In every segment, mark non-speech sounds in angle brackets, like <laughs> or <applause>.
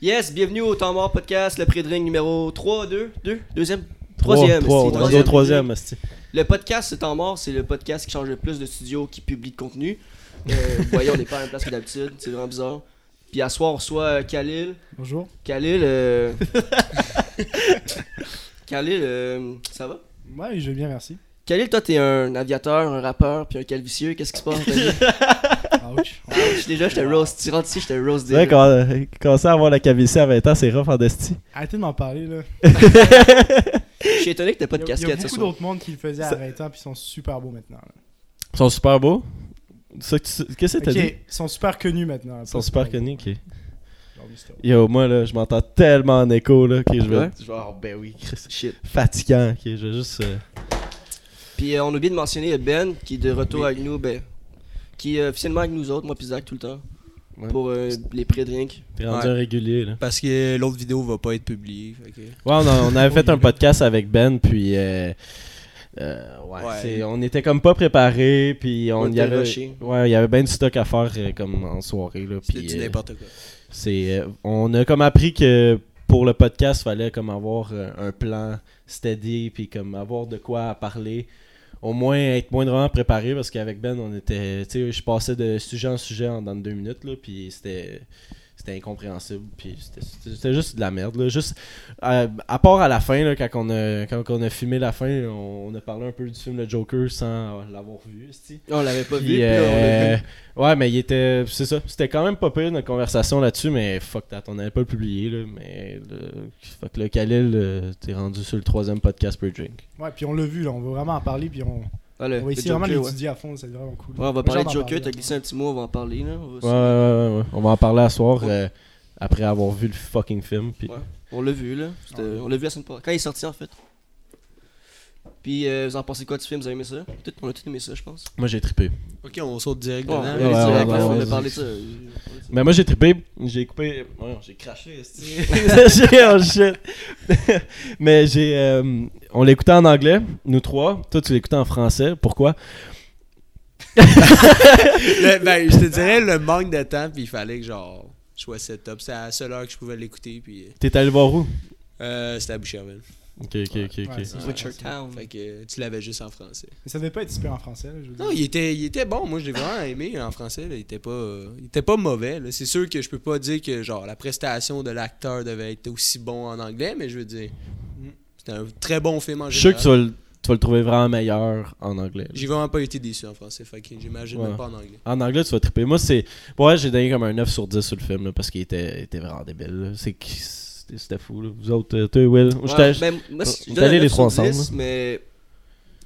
Yes, bienvenue au Temps Mort Podcast, le prix de ring numéro 3, 2, 2, deuxième, troisième. Trois, esti, on est rendu au troisième, esti. Le podcast, c'est Temps Mort, c'est le podcast qui change le plus de studios, qui publie de contenu. Euh, vous voyez, on n'est pas à la même place que d'habitude, c'est vraiment bizarre. Puis à soir, on reçoit euh, Khalil. Bonjour. Khalil, euh... <laughs> Khalil, euh, ça va? Ouais, je vais bien, merci. Khalil, toi, t'es un aviateur, un rappeur, puis un calvicieux. Qu'est-ce qui se passe dans ta vie? <laughs> Ah, Ouch. Je- Déjà, je te roast. Tu rentres ici, je te roast. C'est vrai, déjà. quand, euh, commencer à avoir la KVC à 20 ans, c'est rough en desti. Arrêtez de m'en parler, là. Je suis étonné que t'as pas de Il y a- Il y a casquette ce beaucoup soir. d'autres mondes qui le faisaient à Ça- 20 ans, puis ils sont super beaux maintenant. là. Ils sont super beaux. Ça que tu- Qu'est-ce que t'as Ok, dit? ils sont super connus maintenant. là. Ils sont super connus. ok. Genre, mais c'était- Yo, moi, là, je m'entends tellement en écho, là, que je vais... Ouais. Je vais- oh, ben oui, Chris. Shit. Fatigant, ok, je vais juste... euh, Puis euh, on oublie de mentionner Ben, qui est de retour avec nous, ben, qui est officiellement avec nous autres, moi puis Zach, tout le temps, Ouais. pour euh, les pré-drinks. T'es rendu Ouais. un régulier, là. Parce que l'autre vidéo va pas être publiée. fait que- Ouais, on, a- on avait fait un podcast avec Ben, puis... euh, euh, ouais, Ouais. c'est- on était comme pas préparés, puis on, On y était avait... rushés. Ouais, il y avait ben du stock à faire, euh, comme en soirée, là. C'était puis, du euh, n'importe quoi. C'est, euh, on a comme appris que pour le podcast, fallait comme avoir euh, un plan steady, puis comme avoir de quoi à parler. Au moins être moindrement préparé parce qu'avec Ben, on était, tu sais, je passais de sujet en sujet en dans deux minutes là, puis c'était, c'était incompréhensible, puis c'était, c'était- c'était juste de la merde là. Juste, euh, à part à la fin là, quand on a, quand on a filmé la fin, on, on a parlé un peu du film Le Joker sans l'avoir vu, esti. Ah, On l'avait pas Puis, vu, puis là, on l'a euh, vu. ouais, mais il était. C'est ça. C'était quand même pas pire notre conversation là-dessus, mais fuck that. On n'avait pas le publié, là. Mais le, fuck le Khalil, euh, t'es rendu sur le troisième podcast per drink. Ouais, puis on l'a vu, là. On va vraiment en parler, puis on, Ah, le- on va le essayer vraiment Joker, ouais. d'étudier à fond. C'est vraiment cool. Ouais, on va Moi, parler j'en de Joker, t'as parlais, glissé un petit mot, on va en parler là. On, va- Ouais, ouais, ouais, ouais. On va en parler à soir Ouais. euh, après avoir vu le fucking film. Puis... Ouais. on l'a vu là, C'était- on l'a vu la semaine passée, quand il est sorti en fait. Puis euh, vous en pensez quoi du film, vous avez aimé ça Tout- On a tout aimé ça, je pense. Moi, j'ai trippé. Ok, on saute direct Ouais, on dedans. a ouais, ouais, direct, là, ouais, on a ouais. parlé de ça. euh, on a dit ça. Mais moi, j'ai trippé. J'ai coupé. Ouais, j'ai craché, esti. <laughs> J'ai- oh, shit. <laughs> Mais j'ai. euh, on l'écoutait en anglais, nous trois. Toi, tu l'écoutais en français. Pourquoi Le- ben, je te dirais le manque de temps, puis il fallait que genre je sois setup. C'est à la seule heure que je pouvais l'écouter, puis T'es allé voir où euh, c'était à Boucherville. Ok, ok, ok. ok. Ouais, c'est- Witcher Town. Fait que tu l'avais juste en français. Mais ça devait pas être super en français, là, je veux dire. Non, il était, il était bon. Moi, j'ai vraiment aimé en français. là. Il était pas, euh, il était pas mauvais. là. C'est sûr que je peux pas dire que genre la prestation de l'acteur devait être aussi bon en anglais, mais je veux dire, mm, c'était un très bon film en Je suis sûr que général. tu vas, le, tu vas le trouver vraiment meilleur en anglais. J'ai vraiment pas été déçu en français. Fait que j'imagine Ouais. même pas en anglais. En anglais, tu vas triper. Moi, c'est. Ouais, j'ai donné comme un 9 sur 10 sur le film là, parce qu'il était, il était vraiment débile. là. C'est qui- C'était c'était fou. Là. Vous autres, euh, toi, Will. Ou je Ouais, t'ai- ben, moi, si on je est donne un allés Euh, les 9 sur trois 10, ensemble, mais.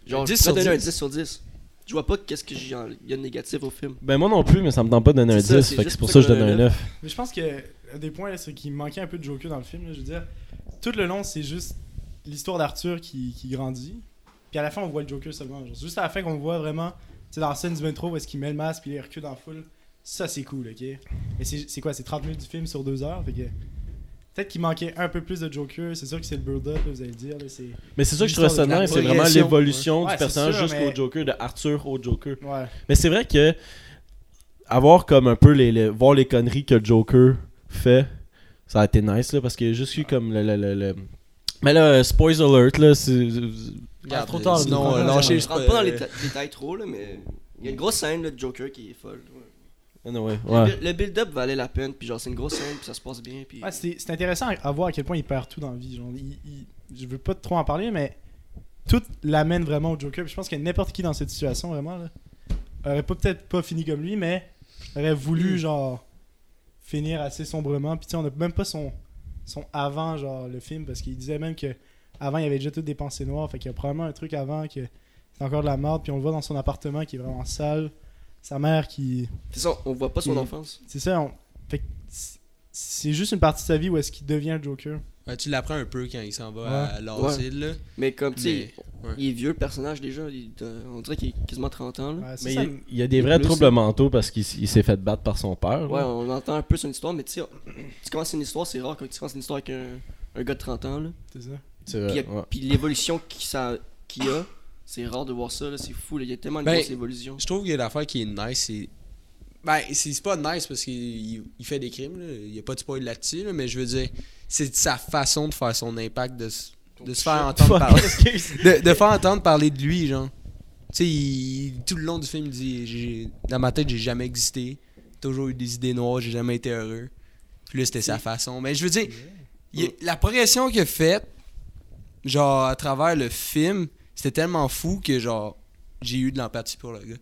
Genre, 10 je pourrais sur donner un 10. 10 sur 10. Je vois pas qu'est-ce qu'il y a de négatif au film. Ben, moi non plus, mais ça me tente pas de donner un C'est ça, 10. c'est fait que juste c'est pour pour ça que ça je qu'on donne a un un 9. Mais je pense que un des points, là, c'est qu'il manquait un peu de Joker dans le film. là, je veux dire, tout le long, c'est juste l'histoire d'Arthur qui, qui grandit. Puis à la fin, on voit le Joker seulement. genre. C'est juste à la fin qu'on voit vraiment, tu sais, dans la scène du métro où est-ce qu'il met le masque puis il recule dans la foule. Ça, c'est cool, ok? Mais c'est c'est quoi? C'est 30 minutes du film sur 2 heures? Fait que peut-être qu'il manquait un peu plus de Joker. C'est sûr que c'est le build-up, là, vous allez le dire. là, c'est- Mais c'est ça que je L'histoire trouve de la étonnant. C'est vraiment progression. l'évolution Ouais, du c'est personnage sûr, jusqu'au mais- Joker, de Arthur au Joker. Ouais. Mais c'est vrai que. Avoir comme un peu les, les- voir les conneries que le Joker fait, ça a été nice là, parce que juste eu comme le. le- le- le- Mais là, euh, spoiler alert, là, c'est. Regarde, Ah, trop tard, sinon, là. euh, lâchez Je rentre pas dans les ta- détails trop, là, mais. Il y a une grosse scène là, de Joker qui est folle. ouais. Anyway, Le ouais. bu- Le build-up valait la peine, puis genre, c'est une grosse scène, puis ça se passe bien, puis. euh, Ouais, c'est c'est intéressant à- à voir à quel point il perd tout dans la vie. Genre, il- il- je veux pas trop en parler, mais tout l'amène vraiment au Joker. Puis je pense que n'importe qui dans cette situation, vraiment, là, aurait pas peut-être pas fini comme lui, mais aurait voulu, genre, finir assez sombrement. Puis tu sais, on a même pas son, son avant, genre, le film, parce qu'il disait même que avant il avait déjà toutes des pensées noires. Fait qu'il y a probablement un truc avant que c'est encore de la merde. Puis on le voit dans son appartement qui est vraiment sale. Sa mère qui. C'est ça, on voit pas son Mhm. Mm. enfance. C'est ça, on- fait que c'est- c'est juste une partie de sa vie où est-ce qu'il devient le Joker. Ouais, tu l'apprends un peu quand il s'en va à l'asile. là. Mais comme, tu sais, Mais, ouais. il est vieux le personnage déjà. il est, euh, on dirait qu'il est quasiment 30 ans, là. Ouais, ça, Mais ça- il, il y a des vrais plus, euh, troubles mentaux parce qu'il s- il s'est fait battre par son père. Ouais, là. on entend un peu son histoire, mais tu sais, <clears throat> tu commences une histoire, c'est rare quand tu commences une histoire avec un, un gars de 30 ans, là. c'est ça. C'est Puis, vrai, y a- Euh, ouais. puis l'évolution qui ça- qu'il y a, c'est rare de voir ça, là, c'est fou. là, Il y a tellement de Ben, grosses évolutions. Je trouve que l'affaire qui est nice, c'est Ben, c'est c'est pas nice parce qu'il il- il fait des crimes, là. il n'y a pas de spoil là-dessus, là, mais je veux dire, c'est sa façon de faire son impact, de, s- de se faire <laughs> entendre parler. de, de faire entendre parler de lui, genre. Tu sais, il- tout le long du film, il dit J'ai- Dans ma tête, j'ai jamais existé. Toujours eu des idées noires, j'ai jamais été heureux. Puis là, c'était sa façon. Mais je veux dire, il- la progression qu'il a faite, genre, à travers le film, c'était tellement fou que, genre, j'ai eu de l'empathie pour le gars.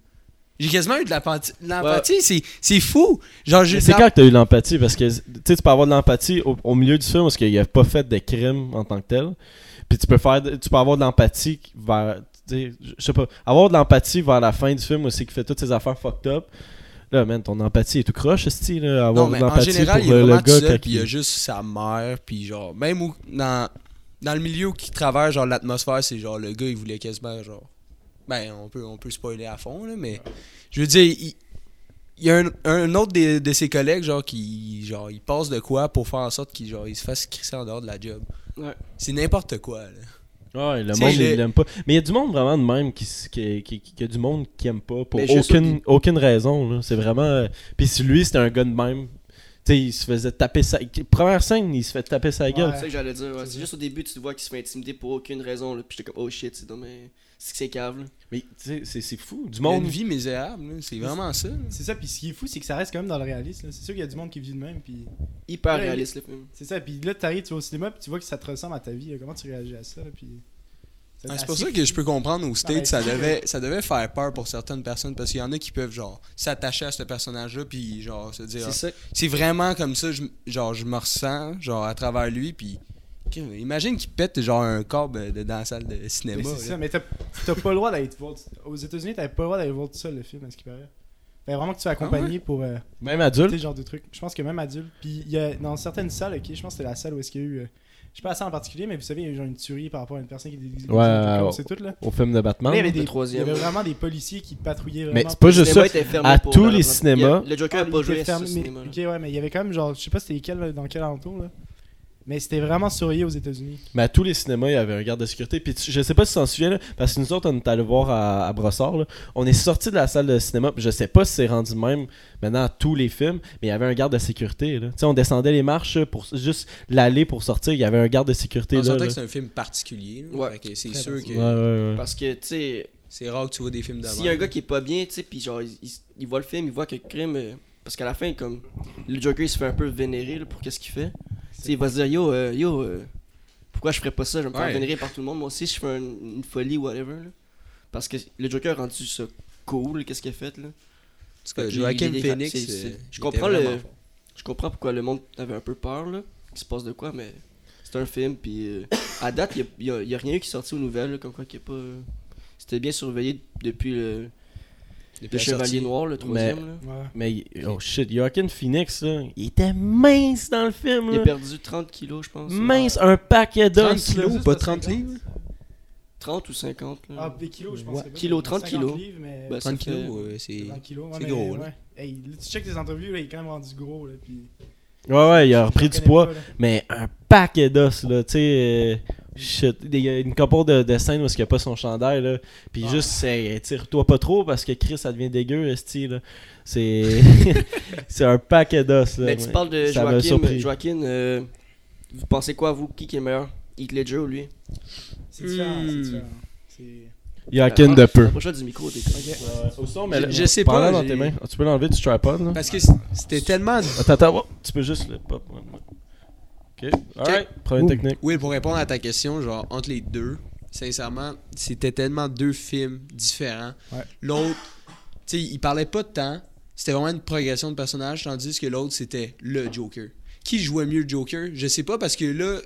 J'ai quasiment eu de l'empathie. L'empathie, c'est- c'est fou. Genre, j'ai- Mais C'est quand que t'as eu l'empathie parce que tu sais, tu peux avoir de l'empathie au, au milieu du film parce qu'il a pas fait de crime en tant que tel. Puis tu peux faire de- tu peux avoir de l'empathie vers tu sais, je sais pas, avoir de l'empathie vers la fin du film aussi qui fait toutes ses affaires fucked up. Là man, ton empathie est tout croche, esti là, avoir Non, de mais en l'empathie général, pour euh, il est le, le vraiment tout gars seul, quand puis il y a il- juste sa mère, puis genre, même où, dans, dans le milieu qui traverse, genre, l'atmosphère, c'est genre, le gars, il voulait quasiment, genre, ben, on peut, on peut spoiler à fond, là, mais, je veux dire, il, il y a un, un autre des- de, ses collègues, genre, qui, genre, il passe de quoi pour faire en sorte qu'il, genre, il se fasse crisser en dehors de la job. Ouais. C'est n'importe quoi, là. Ouais, Ah, le Tu sais, monde le- il l'aime pas. Mais il y a du monde vraiment de même qui s- qui qui, qui- qui a du monde qui aime pas pour Mais je sais- aucune aucune raison là, c'est vraiment euh, puis si lui c'était un gars de même, tu sais, il se faisait taper sa première scène, il se fait taper sa gueule. Ouais. C'est ça que j'allais dire. ouais. C'est C'est ça. juste au début, tu te vois qu'il se fait intimider pour aucune raison. Là. Puis j'étais comme, oh shit, c'est dans mes- c'est que c'est cave. Là. Mais tu sais, c'est- c'est fou. Du Il a monde. une vie misérable, là, c'est vraiment ça. là. C'est ça, puis ce qui est fou, c'est que ça reste quand même dans le réalisme. là. C'est sûr qu'il y a du monde qui vit de même, puis Hyper Ouais, réaliste le film. c'est ça. Puis là, t'arrives, tu vas au cinéma, puis tu vois que ça te ressemble à ta vie. là. Comment tu réagis à ça, là, puis. Ah, c'est assez pour ça fou. que je peux comprendre aux States, Ouais, ça, c'est sûr. devait, ça devait faire peur pour certaines personnes parce qu'il y en a qui peuvent genre s'attacher à ce personnage-là puis genre se dire C'est ça. Ah, c'est vraiment comme ça, je, m- genre je me ressens genre à travers lui puis Ok, mais imagine qu'il pète genre un corps euh, de- dans la salle de Mais cinéma. c'est là. ça, mais t'as t'as pas le droit d'aller te voir. Aux États-Unis, t'avais pas le droit d'aller voir tout seul le film, à ce qui paraît. Fallait vraiment que Ah tu sois accompagné pour. euh, Même adulte. Tu sais, genre de trucs. Je pense que même adulte. Puis il y a dans certaines salles, ok, je pense que c'était la salle où est-ce qu'il y a eu. euh, je sais pas la salle en particulier, mais vous savez, il y a eu genre une tuerie par rapport à une personne qui était déguisée. Ouais, ouais, ouais. c'est tout là. Au film de Batman. Mais il y avait le des il y troisième. avait vraiment des policiers qui patrouillaient vraiment. Mais c'est pas Le juste cinéma ça. était fermé à pour, tous euh, les le- cinémas- il y a- Le Joker Ah, a il pas était joué à ce fermé, mais- cinéma. Ok, ouais, mais il y avait quand même genre, je sais pas c'était quel là, dans quel entour là. Mais c'était vraiment surveillé aux États-Unis. Mais à tous les cinémas, il y avait un garde de sécurité. Puis tu- je sais pas si tu t'en souviens, là, parce que nous autres, on est allé voir à, à Brossard. là. On est sorti de la salle de cinéma. puis Je sais pas si c'est rendu de même maintenant à tous les films, mais il y avait un garde de sécurité. là. Tu sais, on descendait les marches là, pour s- juste l'aller pour sortir. Il y avait un garde de sécurité. On là, s'entend là. que c'est un film particulier. là. Ouais. Fait que c'est Très sûr que Ouais, ouais, ouais. Parce que, tu sais, c'est rare que tu vois des films de s'il même. y a un gars qui est pas bien, tu sais, puis genre, il, il- il voit le film, il voit que crime. euh, parce qu'à la fin, comme, le Joker, il se fait un peu vénérer là, pour qu'est-ce qu'il fait. Tu sais, il va se dire, yo, euh, yo, euh, pourquoi je ferais pas ça Je vais me faire Ouais. vénérer par tout le monde. Moi aussi, je fais un- une folie, whatever. là. Parce que le Joker a rendu ça cool, qu'est-ce qu'il a fait, là. En tout cas, Puis Joaquin il est- Phoenix. c'est- c'est- je euh, il était comprends le- vraiment fort. Je comprends pourquoi le monde avait un peu peur, là, qu'il se passe de quoi, mais c'est un film, puis euh, à date, il n'y a, y a rien eu qui est sorti aux nouvelles, là, comme quoi qu'il n'y a pas... euh, C'était bien surveillé depuis le, depuis le la Chevalier sortie. Noir, le troisième, là. Ouais. Mais il- oh shit, Joaquin Phoenix, là, il était mince dans le film. Il là. a perdu 30 kilos, je pense. Mince, un paquet d'os. 30 kilos, Juste pas parce que- 30 livres 30 ou 50, là. Ah, des kilos, je pense. Ouais. c'est pas- Kilo, 30 50 kilos. livres, mais- Ben, 30 ça fait- kilos, euh, c'est. 30 kilos, ouais, c'est mais- gros, là. ouais. Hey, là, tu checkes tes interviews, là, il est quand même rendu gros. Là, puis... Ouais, ouais, il Je a repris le du reconnais poids. pas, là. Mais un paquet d'os, là, tu sais. euh, shit. Il y a une couple de, de scènes où il n'y a pas son chandail, là. Puis Ah. juste, c'est tire-toi pas trop parce que Chris, ça devient dégueu, esti, là. <laughs> C'est. c'est un paquet d'os, là. Mais Ben, tu Ouais. parles de ça m'a Joaquin, surpris. Joaquin euh, vous pensez quoi, vous, qui, qui est meilleur Heath Ledger ou lui C'est différent, c'est Hmm. différent. C'est- Joaquin de Ah, peu. Rapproche-toi du micro, t'es con. Au son, mais là- Je- je sais pas, Prends-la dans j'ai- tes mains. Ah, Tu peux l'enlever du tripod, là. Parce que c'était tellement Attends, attends, oh, Ben, tu peux juste le pop. Ok. Alright, première Ouh. technique. Oui, pour répondre à ta question, genre entre les deux, sincèrement, c'était tellement deux films différents. Ouais. L'autre, tu sais, il parlait pas de temps. C'était vraiment une progression de personnage, tandis que l'autre, c'était le Joker. Qui jouait mieux le Joker Je sais pas, parce que là,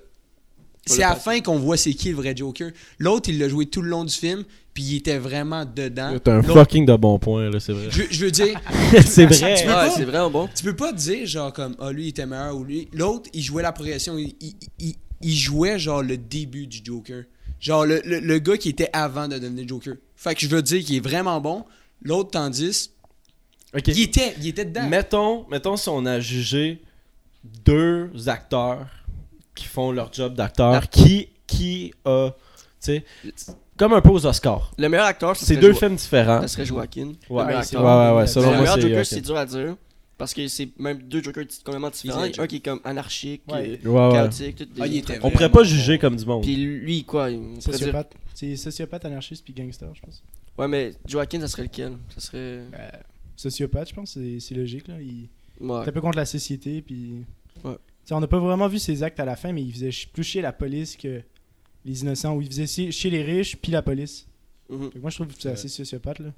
c'est le à la passé. fin qu'on voit c'est qui le vrai Joker. L'autre, il l'a joué tout le long du film, puis il était vraiment dedans. T'as un L'autre- fucking de bon point, là, c'est vrai. Je, je veux dire, <laughs> c'est vrai. Tu peux Ah, pas- c'est vraiment bon. tu peux pas dire genre comme ah lui il était meilleur ou lui l'autre il jouait la progression il, il- il- il jouait genre le début du Joker genre le, le- le gars qui était avant de devenir Joker fait que je veux dire qu'il est vraiment bon l'autre tandis Ok. il était il était dedans Mettons, mettons si on a jugé deux acteurs qui font leur job d'acteur, qui, qui a. Tu sais, Comme un peu aux Oscars. Le meilleur acteur, ce C'est serait deux Jo- films différents. Ça serait Joaquin. Ouais, le meilleur c'est- ouais, acteur. ouais, ouais, Mais Mais selon le moi, meilleur c'est euh, Joker, Joaquin. c'est dur à dire. Parce que c'est même deux Jokers complètement différents. Ils étaient- Un qui est comme anarchique, Ouais. euh, Ouais, ouais. chaotique, tout. des- Ah, il était On pourrait vraiment pas juger comme du monde. Puis lui, quoi. on pourrait dire- Sociopathe. C'est sociopathe, anarchiste, puis gangster, je pense. Ouais, mais Joaquin, ça serait lequel Ça serait. Sociopathe, je pense, c'est c'est logique. Là. Il Ouais. était un peu contre la société, puis. Ouais. T'sais, on n'a pas vraiment vu ses actes à la fin, mais il faisait ch- plus chier la police que les innocents, ou il faisait chi- chier les riches, puis la police. Mhm. Fait que moi, je trouve que c'est assez sociopathe, là.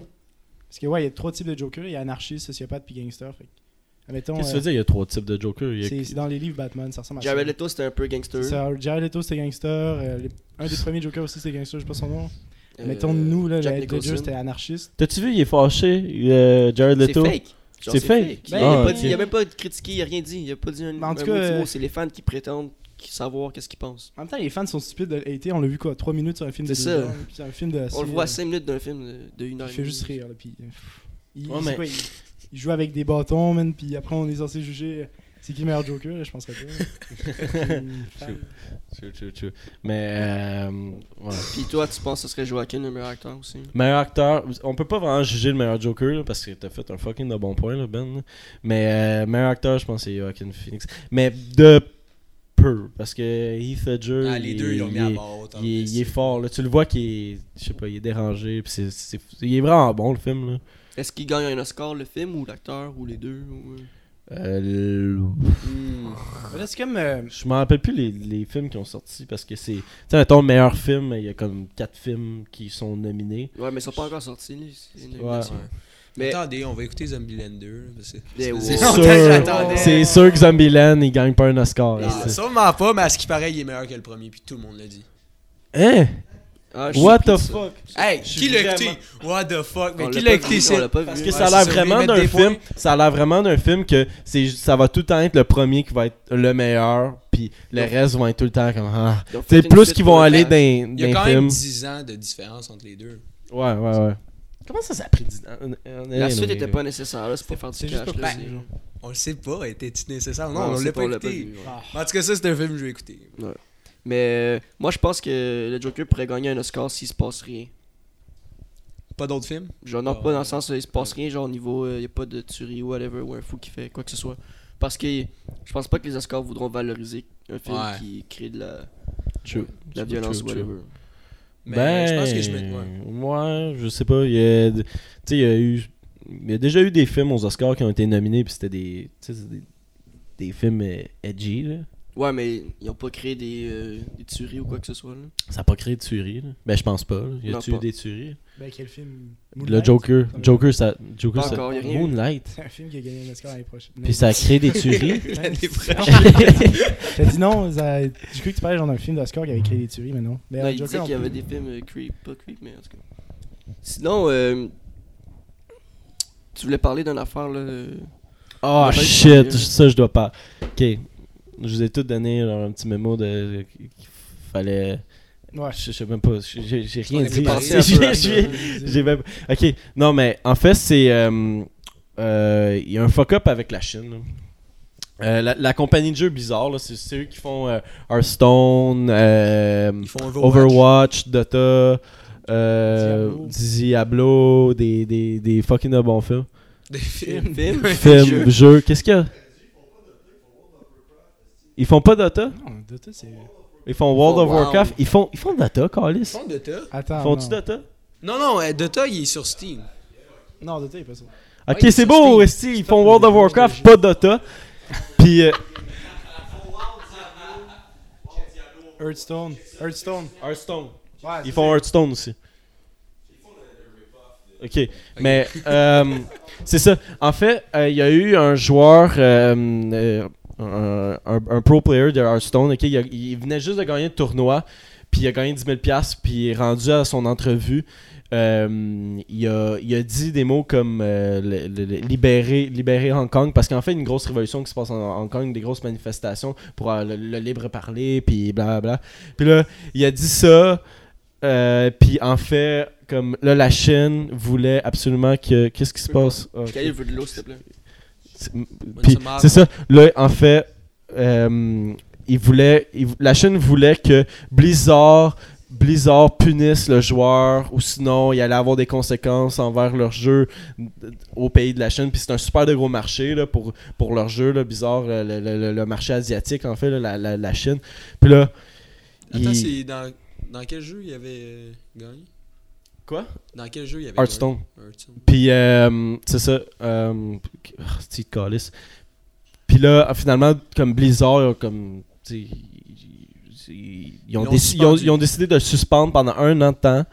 Parce que, ouais, il y a trois types de Joker. Il y a anarchiste, sociopathe, puis gangster. Fait que, admettons, Qu'est-ce que euh, tu veux dire, il y a trois types de Joker il y a- c'est c'est dans les livres Batman, ça ressemble à Jared ça. Leto, c'était un peu gangster. C'est ça, Jared Leto, c'était gangster. euh, le- un des premiers Joker aussi, c'était gangster, je sais pas son nom. Euh, Mettons, nous, là, Jack le Ledger, Nicholson. c'était anarchiste. T'as-tu vu, il est fâché, euh, Jared C'est Leto fake. Genre, C'est fake. Il, Ah, a pas ok. dit- il a même pas critiqué, il a rien dit. Il a pas dit un, Mais en un tout mot cas, du euh, mot. C'est les fans qui prétendent qui- savoir qu'est-ce qu'ils pensent. En même temps, les fans sont stupides de le hater. On l'a vu, quoi, 3 minutes sur un film de C'est deux ça. heures, puis c'est un film de. On le c'est, voit à euh, 5 minutes d'un film de- de 1 heure. Il et fait demie. juste rire, là, puis. euh, pff. Il, Ouais, c'est mais- quoi, il- il joue avec des bâtons, man, puis après, on est censé juger. euh, C'est qui le meilleur Joker, là, je penserais <laughs> pas. Hum, fan. <laughs> True, true, true. Mais, euh, ouais. Puis toi, tu penses que ce serait Joaquin le meilleur acteur aussi Meilleur acteur, on peut pas vraiment juger le meilleur Joker là, parce que t'as fait un fucking de bon point, là, Ben. là. Mais euh, meilleur acteur, je pense que c'est Joaquin Phoenix. Mais de peu, parce que Heath Ledger. Ah, les il- deux, ils l'ont mis il à est- bord. autant Il est, que il est fort, là. tu le vois qu'il est, je sais pas, il est dérangé, pis c'est, c'est- il est vraiment bon le film. Là. Est-ce qu'il gagne un Oscar, le film, ou l'acteur, ou les deux ou, euh, Euh, le- Hmm. Mais là, c'est comme. euh, Je me rappelle plus les, les films qui ont sorti parce que c'est. Tu sais, mettons, meilleur film, il y a comme 4 films qui sont nominés. Ouais, mais ils sont pas encore sortis. les- les Ouais. <laughs> nominations. Mais- Attendez, on va écouter Zombieland 2. là, parce que- Mais wow. C'est C'est sûr. sûr. j'attendais. C'est sûr que Zombieland, il gagne pas un Oscar. Ah, est-ce que- Sûrement pas, mais à ce qui paraît, il est meilleur que le premier, puis tout le monde l'a dit. Hein? Ah, je suis What surpris the de ça. fuck? Hey, Je suis qui l'a vraiment- écouté What the fuck Mais On qui l'a l'a pas écouté vu, on c'est- l'a pas Parce vu. que Ouais, ça a c'est l'air ça, vraiment remettre d'un des film, points. ça a l'air vraiment d'un film que c'est ju- ça va tout le temps être le premier qui va être le meilleur, puis le Donc- reste vont être tout le temps comme ah. Ils ont fait C'est une plus suite qu'ils vont pour aller le faire. dans Il y a dans quand les même films. 10 ans de différence entre les deux. Ouais, ouais, ouais. Comment ça ça a pris 10 ans euh, On- on- on- La suite on- était pas nécessaire, là, c'est pour faire du C'est juste cash. pour là, faire c'est- des gens. On le sait pas, était-tu nécessaire Non, Ouais, on sait l'a pas on écouté. vu, ouais. ah. En tout cas, ça, c'est un film que je vais écouter. Mais euh, moi, je pense que le Joker pourrait gagner un Oscar s'il se passe rien. Pas d'autres films Genre, non, Ah, pas dans ouais. le sens où il se passe rien, genre au niveau, euh, il n'y a pas de tuerie ou whatever, ou un fou qui fait quoi que ce soit. Parce que je pense pas que les Oscars voudront valoriser un film Ouais. qui crée de la, de True. la True, violence true, ou true. whatever. Mais euh, ben, je pense que je mets. ouais. ouais, je sais pas. Il y a, tu sais, il y a eu, il y a déjà eu des films aux Oscars qui ont été nominés, puis c'était des, tu sais, c'est des, des films euh, edgy là. Ouais, mais ils ont pas créé des, euh, des tueries ou quoi que ce soit. Là. Ça a pas créé de tuerie là. Ben je pense pas. Là. Y Non, a-tu eu pas. des tueries Ben, quel film Le Moonlight? Joker, Ça me- Joker, ça, Joker, Pas ça- encore, y a rien eu. Moonlight. C'est un film qui a gagné un Oscar l'année prochaine. Puis ça a créé des <laughs> tueries. <laughs> Oh, L'année prochaine. ouais, T'as dit non, ça- j'ai cru que tu parlais genre d'un film d'Oscar qui avait créé des tueries, mais non. Mais Non, euh, il disait Joker, qu'il y on- avait des films euh, creep, pas creep, mais en tout cas. Sinon, euh, tu voulais parler d'une affaire là. euh, Oh Ouais, shit, ben, je- ça je dois pas. Ok, je vous ai tout donné genre, un petit mémo de qu'il fallait. Ouais. Je je sais même pas, j'ai j'ai rien On est dit. <laughs> passé un <laughs> peu à ça. J'ai- J'ai même- Ok, non mais en fait c'est euh, euh, il y a un fuck up avec la Chine. là. Euh, la, la compagnie de jeux bizarre, là, c'est c'est eux qui font euh, Hearthstone, euh, Ils font Overwatch. Overwatch, Dota, euh, Diablo. Diablo, des, des, des fucking de bons films. Des films. Film. <laughs> Films, jeux, qu'est-ce qu'il y a Ils font pas Dota Non, Dota, c'est. Ils font World Oh, of wow. Warcraft Ils font, ils font Dota, Carlis Ils font Dota Attends. Font-tu non. Dota Non, non, euh, Dota, il est sur Steam. Non, Dota, il est pas ça. Ok, Ouais, c'est sur beau, Steam. esti, ils font World of Warcraft, pas Dota. Puis, euh, Hearthstone. Hearthstone. Ouais, Ils font Hearthstone aussi. Ok, mais euh, c'est ça. En fait, euh, il y a eu un joueur, euh, euh, un, un- un pro player de Hearthstone, ok, il, a- il venait juste de gagner le tournoi, puis il a gagné 10 000 puis il est rendu à son entrevue. euh, il, a, il a dit des mots comme euh, le- le- le- libérer, libérer Hong Kong, parce qu'en fait, une grosse révolution qui se passe en Hong Kong, des grosses manifestations pour euh, le, le libre parler, puis blablabla. Puis là, il a dit ça. Euh, puis en fait, comme là, la Chine voulait absolument que. Qu'est-ce qui se passe Ah, ok. Khalil veut de l'eau, s'il te plaît. C'est- Puis c'est ça. Là, en fait, euh, il voulait, il- la Chine voulait que Blizzard Blizzard punisse le joueur ou sinon il allait avoir des conséquences envers leur jeu au pays de la Chine. Puis c'est un super de gros marché là, pour, pour leur jeu, là, Blizzard, le, le- le- le marché asiatique en fait, là, la, la- la Chine. Puis là, Attends, il- c'est dans, dans quel jeu il avait euh, gagné Quoi? Dans quel jeu il avait Hearthstone. gagné Hearthstone. Puis, euh, c'est ça. Euh, ah, c'est-tu de calice. Puis là, finalement, comme Blizzard, ils ont comme, tu sais, ils- ils, ils ont Ils ont déci- ils ont- suspendu. ils ont décidé de le suspendre pendant un an de temps.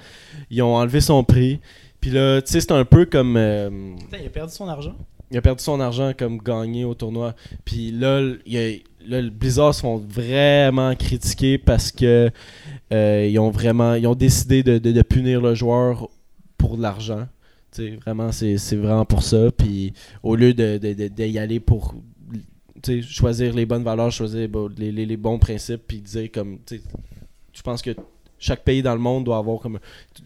Ils ont enlevé son prix. Puis là, tu sais, c'est un peu comme. euh, Putain, il a perdu son argent. il a perdu son argent comme gagné au tournoi. Puis là, l- il a- là, le Blizzard se font vraiment critiquer parce que euh, ils ont vraiment ils ont décidé de, de- de punir le joueur pour de l'argent. Tu sais, vraiment, c'est c'est vraiment pour ça. Puis au lieu de, de, de- d'y aller pour tu sais, choisir les bonnes valeurs, choisir les bo- les, les- les bons principes, puis dire comme. tu sais, Je pense que chaque pays dans le monde doit avoir comme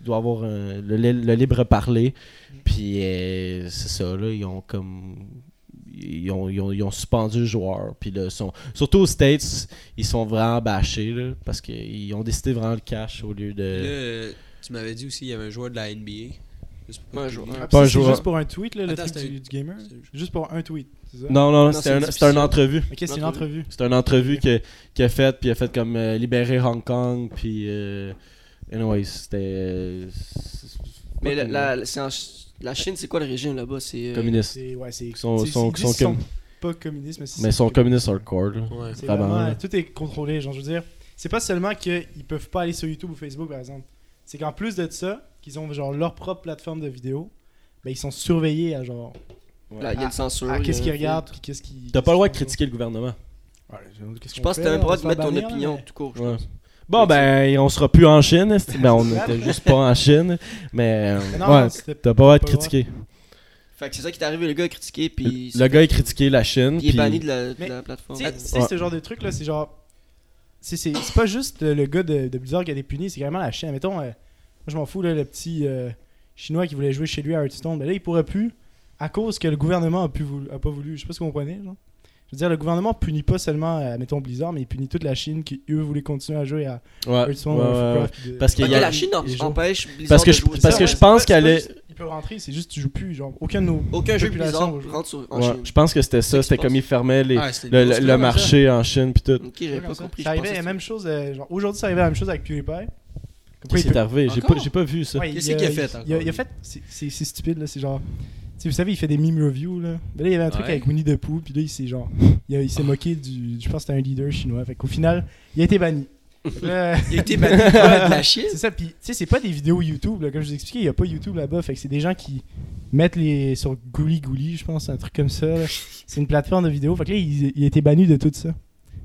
doit avoir un- le, li- le libre parler. Puis euh, c'est ça, là, ils ont comme. Ils ont, ils ont- ils ont suspendu le joueur. Puis là, sont, surtout aux States, ils sont vraiment bâchés là, parce qu'ils ont décidé vraiment le cash au lieu Là, de. euh, tu m'avais dit aussi il y avait un joueur de la NBA. Je sais pas Ouais, qui. joueur. Ah, puis Pas ça, un c'est joueur. juste pour un tweet, là, le Attends, truc c'était- du, du gamer. c'était juste- Juste pour un tweet, c'est ça? Non, non, Non, c'était c'est un- difficile. c'était une entrevue. Ok, c'est une entrevue. C'est une entrevue que- qu'il a faite, puis il a fait comme euh, libérer Hong Kong, puis. euh, anyway, c'était. euh, c'est- c'est- Mais pas la, comme- la, c'est en Ch- la Chine, c'est quoi le régime là-bas C'est euh, communiste. C'est, ouais, c'est. Qui sont- c'est- ils sont- disent sont qu'ils sont commun- pas communistes, mais c'est. Mais ils sont communistes hardcore, là. Ouais. C'est Vraiment, vraiment- là. Tout est contrôlé, genre, je veux dire. C'est pas seulement qu'ils peuvent pas aller sur YouTube ou Facebook, par exemple. C'est qu'en plus de ça, qu'ils ont genre leur propre plateforme de vidéo, ben ils sont surveillés à genre. là, Il y a une censure. à il y a Ah, qu'est-ce un qu'ils filtre. regardent, puis qu'est-ce qu'ils. T'as pas le droit de qu'est-ce critiquer le gouvernement. qu'ils font. Ouais, genre, qu'est-ce Je qu'on pense que fait, t'as le là, droit on de se mettre fait ton bannir, là, opinion mais- tout court. je Ouais. pense. Bon, ben, on sera plus en Chine. esti. <laughs> Ben, on n'était juste pas en Chine. Mais, euh, Mais non, ouais, non, c'était t'as pas à pas le droit. critiquer. Fait que c'est ça qui t'est arrivé, le gars a critiqué, puis Le gars a critiqué la Chine. il est puis- banni de la, de Mais, la plateforme. Tu sais, Ouais. tu sais, ce genre de truc là, c'est genre. C'est, c'est, c'est pas juste euh, le gars de, de Blizzard qui a été puni, c'est carrément la chaîne. Mettons, euh, moi je m'en fous, là, le petit euh, chinois qui voulait jouer chez lui à Hearthstone, mais là il pourrait plus à cause que le gouvernement a, pu voulu- a pas voulu. Je sais pas si vous comprenez. Genre. Je veux dire, le gouvernement punit pas seulement, euh, mettons, Blizzard, mais il punit toute la Chine qui eux voulaient continuer à jouer à Ouais, Hearthstone. Ah, ouais, à ouais, ouais. Warcraft, de- Parce qu'il Fait y que a- la Chine les em- gens. empêche Blizzard Parce que de je- jouer parce ça, que ouais. je pense c'est pas- c'est qu'elle pas est- juste- Il peut rentrer, c'est juste tu joues plus. Genre, aucun de nos. Aucun jeu population Blizzard va jouer. rentre sur, en ouais. Chine. Je pense que c'était Qu'est-ce ça. que C'était tu comme penses? ils fermaient les- Ah, c'était une le, grosse le- le merde. marché en Chine. Puis tout. Ok, j'avais pas compris. je Ça arrivait pensais la que- même chose. euh, genre, Aujourd'hui, ça arrivait la même chose avec PewDiePie. Comme quoi, il Qu'est-ce qui peut- est arrivé? J'ai Encore? pas, j'ai pas vu ça. Ouais, Qu'est-ce il qu'il a il- fait encore, Il a, il a lui? fait. c'est- C'est c'est stupide, là. C'est genre. tu sais, Vous savez, il fait des meme reviews, là. Mais là, il y avait un truc Ouais. avec Winnie the Pooh, puis là, il s'est genre. Il, a- il s'est moqué du. Je pense que c'était un leader chinois. Fait qu'au final, il a été banni. Là, <laughs> Il a été <laughs> banni de quoi, de la <laughs> Chine c'est ça, puis tu sais, c'est pas des vidéos YouTube, là. Comme je vous expliquais, il y a pas YouTube là-bas. Fait que c'est des gens qui mettent les. sur Gouli Gouli, je pense, un truc comme ça, là. C'est une plateforme de vidéos. Fait que là, il, il a été banni de tout ça.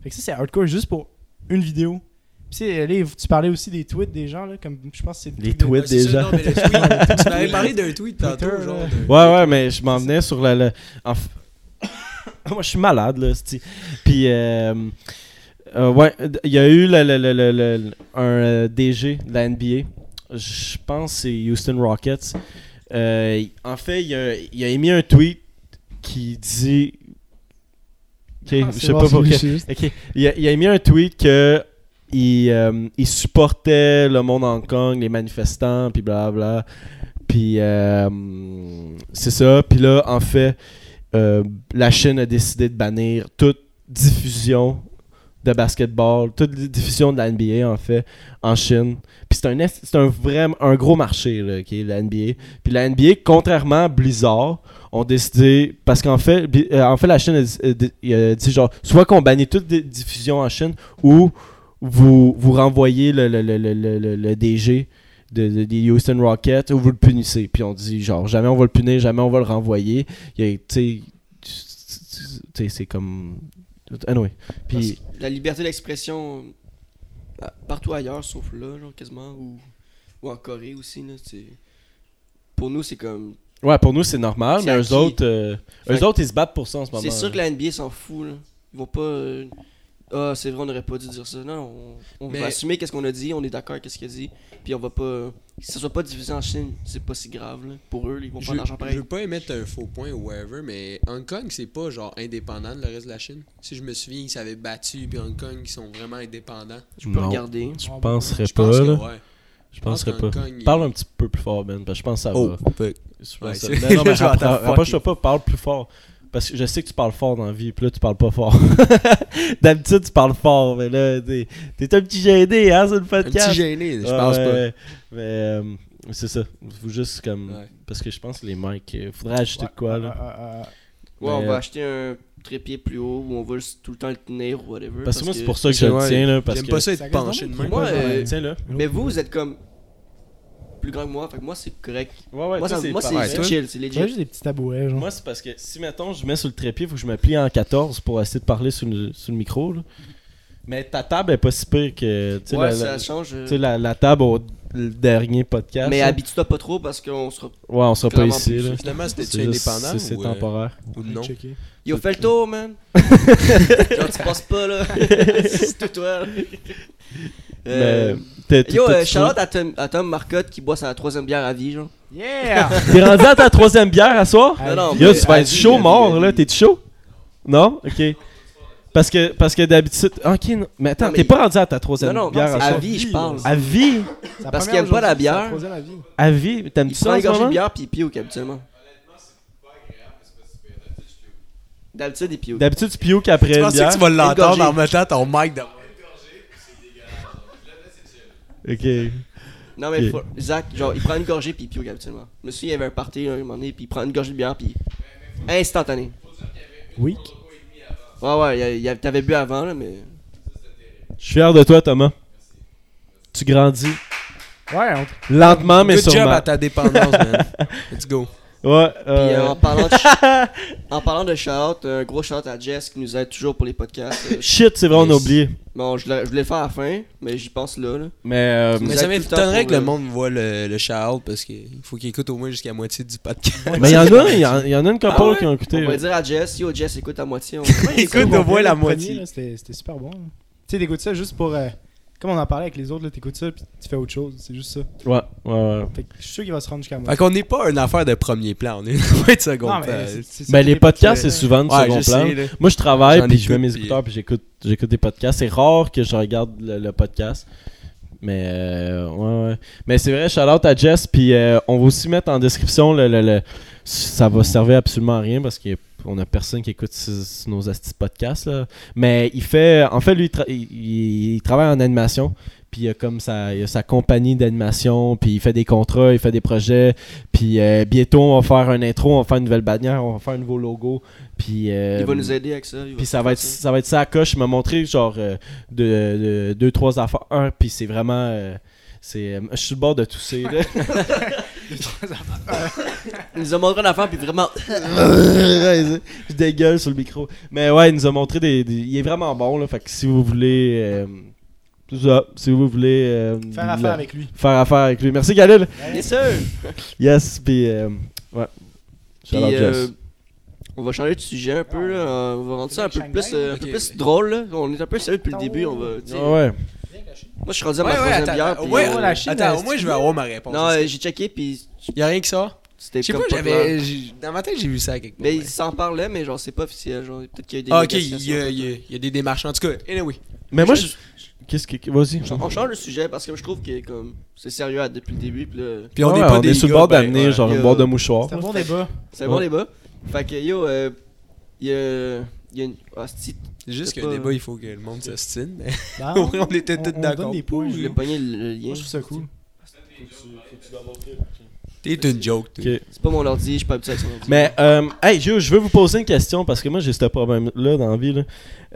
Fait que ça, c'est hardcore juste pour une vidéo. Puis tu sais, là, tu parlais aussi des tweets des gens, là. Comme je pense que c'est. Les tweets tweets Ouais, c'est déjà. ça, non, mais le <laughs> tweet, Tu m'avais parlé d'un tweet Twitter, tantôt, genre. là. de- Ouais, ouais, mais je m'en venais sur la. la- en f- <coughs> Moi, je suis malade, là, c'ti. Puis, euh, euh, ouais, d- il y a eu le- le- le- le- le- un euh, DG de la NBA. Je pense que c'est Houston Rockets. Euh, il- en fait, il a, il a émis un tweet qui dit. Ok, Ah, je sais pas pour quel- Ok. Il a, il a émis un tweet que il, euh, il supportait le monde à Hong Kong, les manifestants, puis blablabla. Puis euh, c'est ça. Puis là, en fait, euh, la Chine a décidé de bannir toute diffusion de basketball, toute la diffusion de la NBA en fait en Chine. Puis c'est un est- c'est un vraiment un gros marché là, qui est la NBA. Puis la NBA contrairement à Blizzard ont décidé parce qu'en fait Bli- euh, en fait la Chine a, dit- euh, di- il a dit genre soit qu'on bannit toute di- diffusion en Chine ou vous vous renvoyez le, le- le- le- le- le- le DG de, de- des Houston Rockets ou vous le punissez. Puis on dit genre jamais on va le punir, jamais on va le renvoyer. Il y a- tu sais, tu- tu- tu- tu sais, c'est comme anyway. Parce Puis que la liberté d'expression euh, partout ailleurs, sauf là, genre, quasiment, ou, ou en Corée aussi. Là, c'est- pour nous, c'est comme. Ouais, pour nous, c'est normal, C'est mais eux acquis. autres, euh, Fait eux que- autres, ils se battent pour ça en ce moment. C'est sûr que la NBA s'en fout. Là. Ils vont pas. euh, Ah, c'est vrai, on n'aurait pas dû dire ça. Non, on, on Mais- va assumer qu'est-ce qu'on a dit, on est d'accord avec ce qu'il a dit, puis on va pas. Que ça soit pas divisé en Chine, c'est pas si grave. là. Pour eux, ils vont Je, pas d'argent je pareil. veux pas émettre un faux point ou whatever, mais Hong Kong, c'est pas genre indépendant de le reste de la Chine. Si je me souviens, ils s'avaient battu, puis Hong Kong, ils sont vraiment indépendants. Je peux Non. regarder. Je Ah, penserais Je pense pas, que, là. ouais. Je penserais qu'Hong pas. Kong, il- Parle un petit peu plus fort, Ben, parce que je pense que ça Oh, va. fuck. Je pense Ouais, que ça- c'est- Non, non, mais <laughs> je vais rappro- attendre, rapproche-toi fuck pas, parle plus fort. Parce que je sais que tu parles fort dans la vie, puis là, tu parles pas fort. <laughs> D'habitude, tu parles fort, mais là, t'es t'es un petit gêné, hein, sur le Un podcast. petit gêné, je pense Ouais, pas. ouais. Mais euh, c'est ça. Faut juste comme. Ouais. Parce que je pense que les mics. euh, Faudrait ajouter de quoi, là. là Ouais, Mais, on va euh, acheter un trépied plus haut où on va juste tout le temps le tenir ou whatever. Parce que moi, c'est pour ça. ça que je le Ouais. tiens, là. Parce J'aime que. pas ça Ça reste être dans penché de le même. Moi, euh, Tiens, là. Mais vous, vous êtes comme plus grand que moi, fait que moi c'est correct. Ouais, ouais, moi, toi, ça- moi, pareil. c'est c'est toi? chill, c'est J'ai legit. juste des petits tabourets, genre. Moi, c'est parce que si, mettons, je mets sur le trépied, faut que je me plie en 14 pour essayer de parler sur le, sur le micro. là. Mais ta table est pas si pire que tu sais, Ouais, la, ça la- change. euh, tu sais, la- la table au le dernier podcast. Mais là. habitue-toi pas trop parce qu'on sera. Ouais, on sera pas Clairement ici. plus, là. Finalement, c'était-tu C'est juste- indépendant c'est- C'est ou, euh, temporaire. ou non? Checker. Yo, fais le tour, <laughs> man! Genre, tu passes pas là! c'est toi! là. Euh, Mais t'es- t'es- Yo, t'es- euh, t'es- Charlotte à Tom, à Tom Marcotte qui boit sa troisième bière à vie, genre. Yeah! T'es rendu à ta troisième bière à soir? Ah, non, Yo, mais tu vas à être vie, chaud à vie, à mort, vie. là. T'es chaud? Non? Ok. Parce que, parce que d'habitude. Ok, non. mais attends, Non, mais- t'es pas rendu à ta troisième Non, non, bière à à soir? vie, je Vie, parle. là. À vie? C'est <laughs> la Parce première qu'il aime pas la aujourd'hui, c'est bière. troisième à vie. À vie? T'aimes-tu Il prend ça en une ce gorgée de moment? bière puis il pioque habituellement. D'habitude, il pioque. D'habitude, tu pioques après Tu une penses que bière. tu vas l'entendre Engorgé. en mettant ton mic dans. Ok. Non, mais Ok. faut- Zach, genre, il prend une gorgée puis il pioque habituellement. Je me souviens, il y avait un party là, un moment donné, puis il prend une gorgée de bière puis. Instantané. Oui. Ouais, ouais, il y a- il y a- t'avais bu avant, là, mais. Je suis fier de toi, Thomas. Tu grandis Ouais, on lentement, mais Good job sûrement. à ta <laughs> dépendance, man. Let's go. Ouais. euh, Puis, euh, en parlant de, <laughs> en parlant de shout-out, un gros shout-out à Jess qui nous aide toujours pour les podcasts. euh, Shit, c'est vrai, on a Yes. oublié. bon, je, l'ai- je voulais le faire à la fin, mais j'y pense là. là. Mais. euh, Mais Exact, ça tout le temps m'étonnerait pour que le le- monde voit le, le shout-out parce qu'il faut qu'il écoute au moins jusqu'à la moitié du podcast. Mais il y en a, il y en- il y en a une couple Ah ouais? qui ont On écouté. va dire à Jess, yo Jess, écoute à moitié. <laughs> On... Écoute, Bon, on voit le la premier, moitié. là, C'était c'était super bon. là. Tu sais, t'écoutes ça juste pour. euh, comme on en parlait avec les autres, là, t'écoutes ça puis tu fais autre chose. C'est juste ça. Ouais, ouais, ouais. Fait que je suis sûr qu'il va se rendre jusqu'à moi. Fait qu'on n'est pas une affaire de premier plan, on est une affaire de second Non, plan. mais c'est- c'est ça Ben, qui les est parfait, podcasts, c'est là. hein. souvent de second je plan. sais, là. Moi, je travaille, J'en puis je mets écoute, mes puis- écouteurs, puis j'écoute, j'écoute des podcasts. C'est rare que je regarde le, le podcast. Mais, euh, ouais, ouais. Mais c'est vrai, shout out à Jess, puis euh, on va aussi mettre en description le. le, le- ça va servir absolument à rien parce qu'on a personne qui écoute ces- nos astis podcasts. là. Mais il fait. En fait, lui, il, tra- il- il travaille en animation. Puis il a comme sa, il a sa compagnie d'animation. Puis il fait des contrats, il fait des projets. Puis euh, bientôt, on va faire un intro, on va faire une nouvelle bannière, on va faire un nouveau logo. Puis. euh, Il va nous aider avec ça. il va puis ça faire va être ça va être ça à coche. Il m'a montré genre euh, de, de- deux trois affaires. Puis c'est vraiment euh, c'est euh, je suis sur le bord de <laughs> tousser. Là. Il nous a montré une affaire, puis vraiment. je dégueule sur le micro. Mais ouais, il nous a montré des, des- il est vraiment bon là. Fait que si vous voulez euh, tout ça, si vous voulez euh, Faire le- affaire avec lui. faire affaire avec lui. Merci Galil. Yes, sir! Yes. Puis euh, ouais. Puis, Shout out, Jess. euh, on va changer de sujet un peu. Là. Ah. On va rendre ça un peu Shanghai, plus, euh, un peu ok. plus drôle. Là. On est un peu sérieux depuis le début. On va, tu sais. Ah ouais. Moi, je suis rendu à Ouais, ma ouais, troisième attends, bière. attends, puis, ouais, euh, la Chine, attends, euh, au moins c'est- je vais avoir ma réponse. non, euh, j'ai checké, puis y a rien que ça. c'était Je sais comme pas, pas clair. j'avais. j'ai- Dans ma tête, j'ai vu ça quelque part. Mais ouais. Ben, il s'en parlait, mais genre, c'est pas officiel. Genre, peut-être qu'il y a eu des. Ah, ok, il négociations, y, a- peut-être. il y a- il y a des démarches. En tout cas, anyway. Mais moi je qu'est-ce que vas-y. On change le sujet parce que je trouve que comme c'est sérieux à- depuis le début. Puis là, Puis Ouais, est pas on des est sur le gars, bord ben, d'amener ouais. genre Il y une a- boîte de mouchoir. C'est un bon <laughs> débat. c'est un bon Ouais. débat. Fait que yo, euh, il y a. Il y a une. Ah, c'est-tu, C'est juste C'est qu'un pas- débat, il faut que le monde s'ostine. mais- <laughs> Bah, Ouais, on était tous on d'accord. donne des points, je là. l'ai pogné le, le lien. Moi, je trouve ça cool. T'es une joke, toi. Ok. C'est pas mon ordi, je suis pas habitué avec son ordi. Mais, euh, hey, je, je veux vous poser une question parce que moi, j'ai ce problème-là dans la vie. là.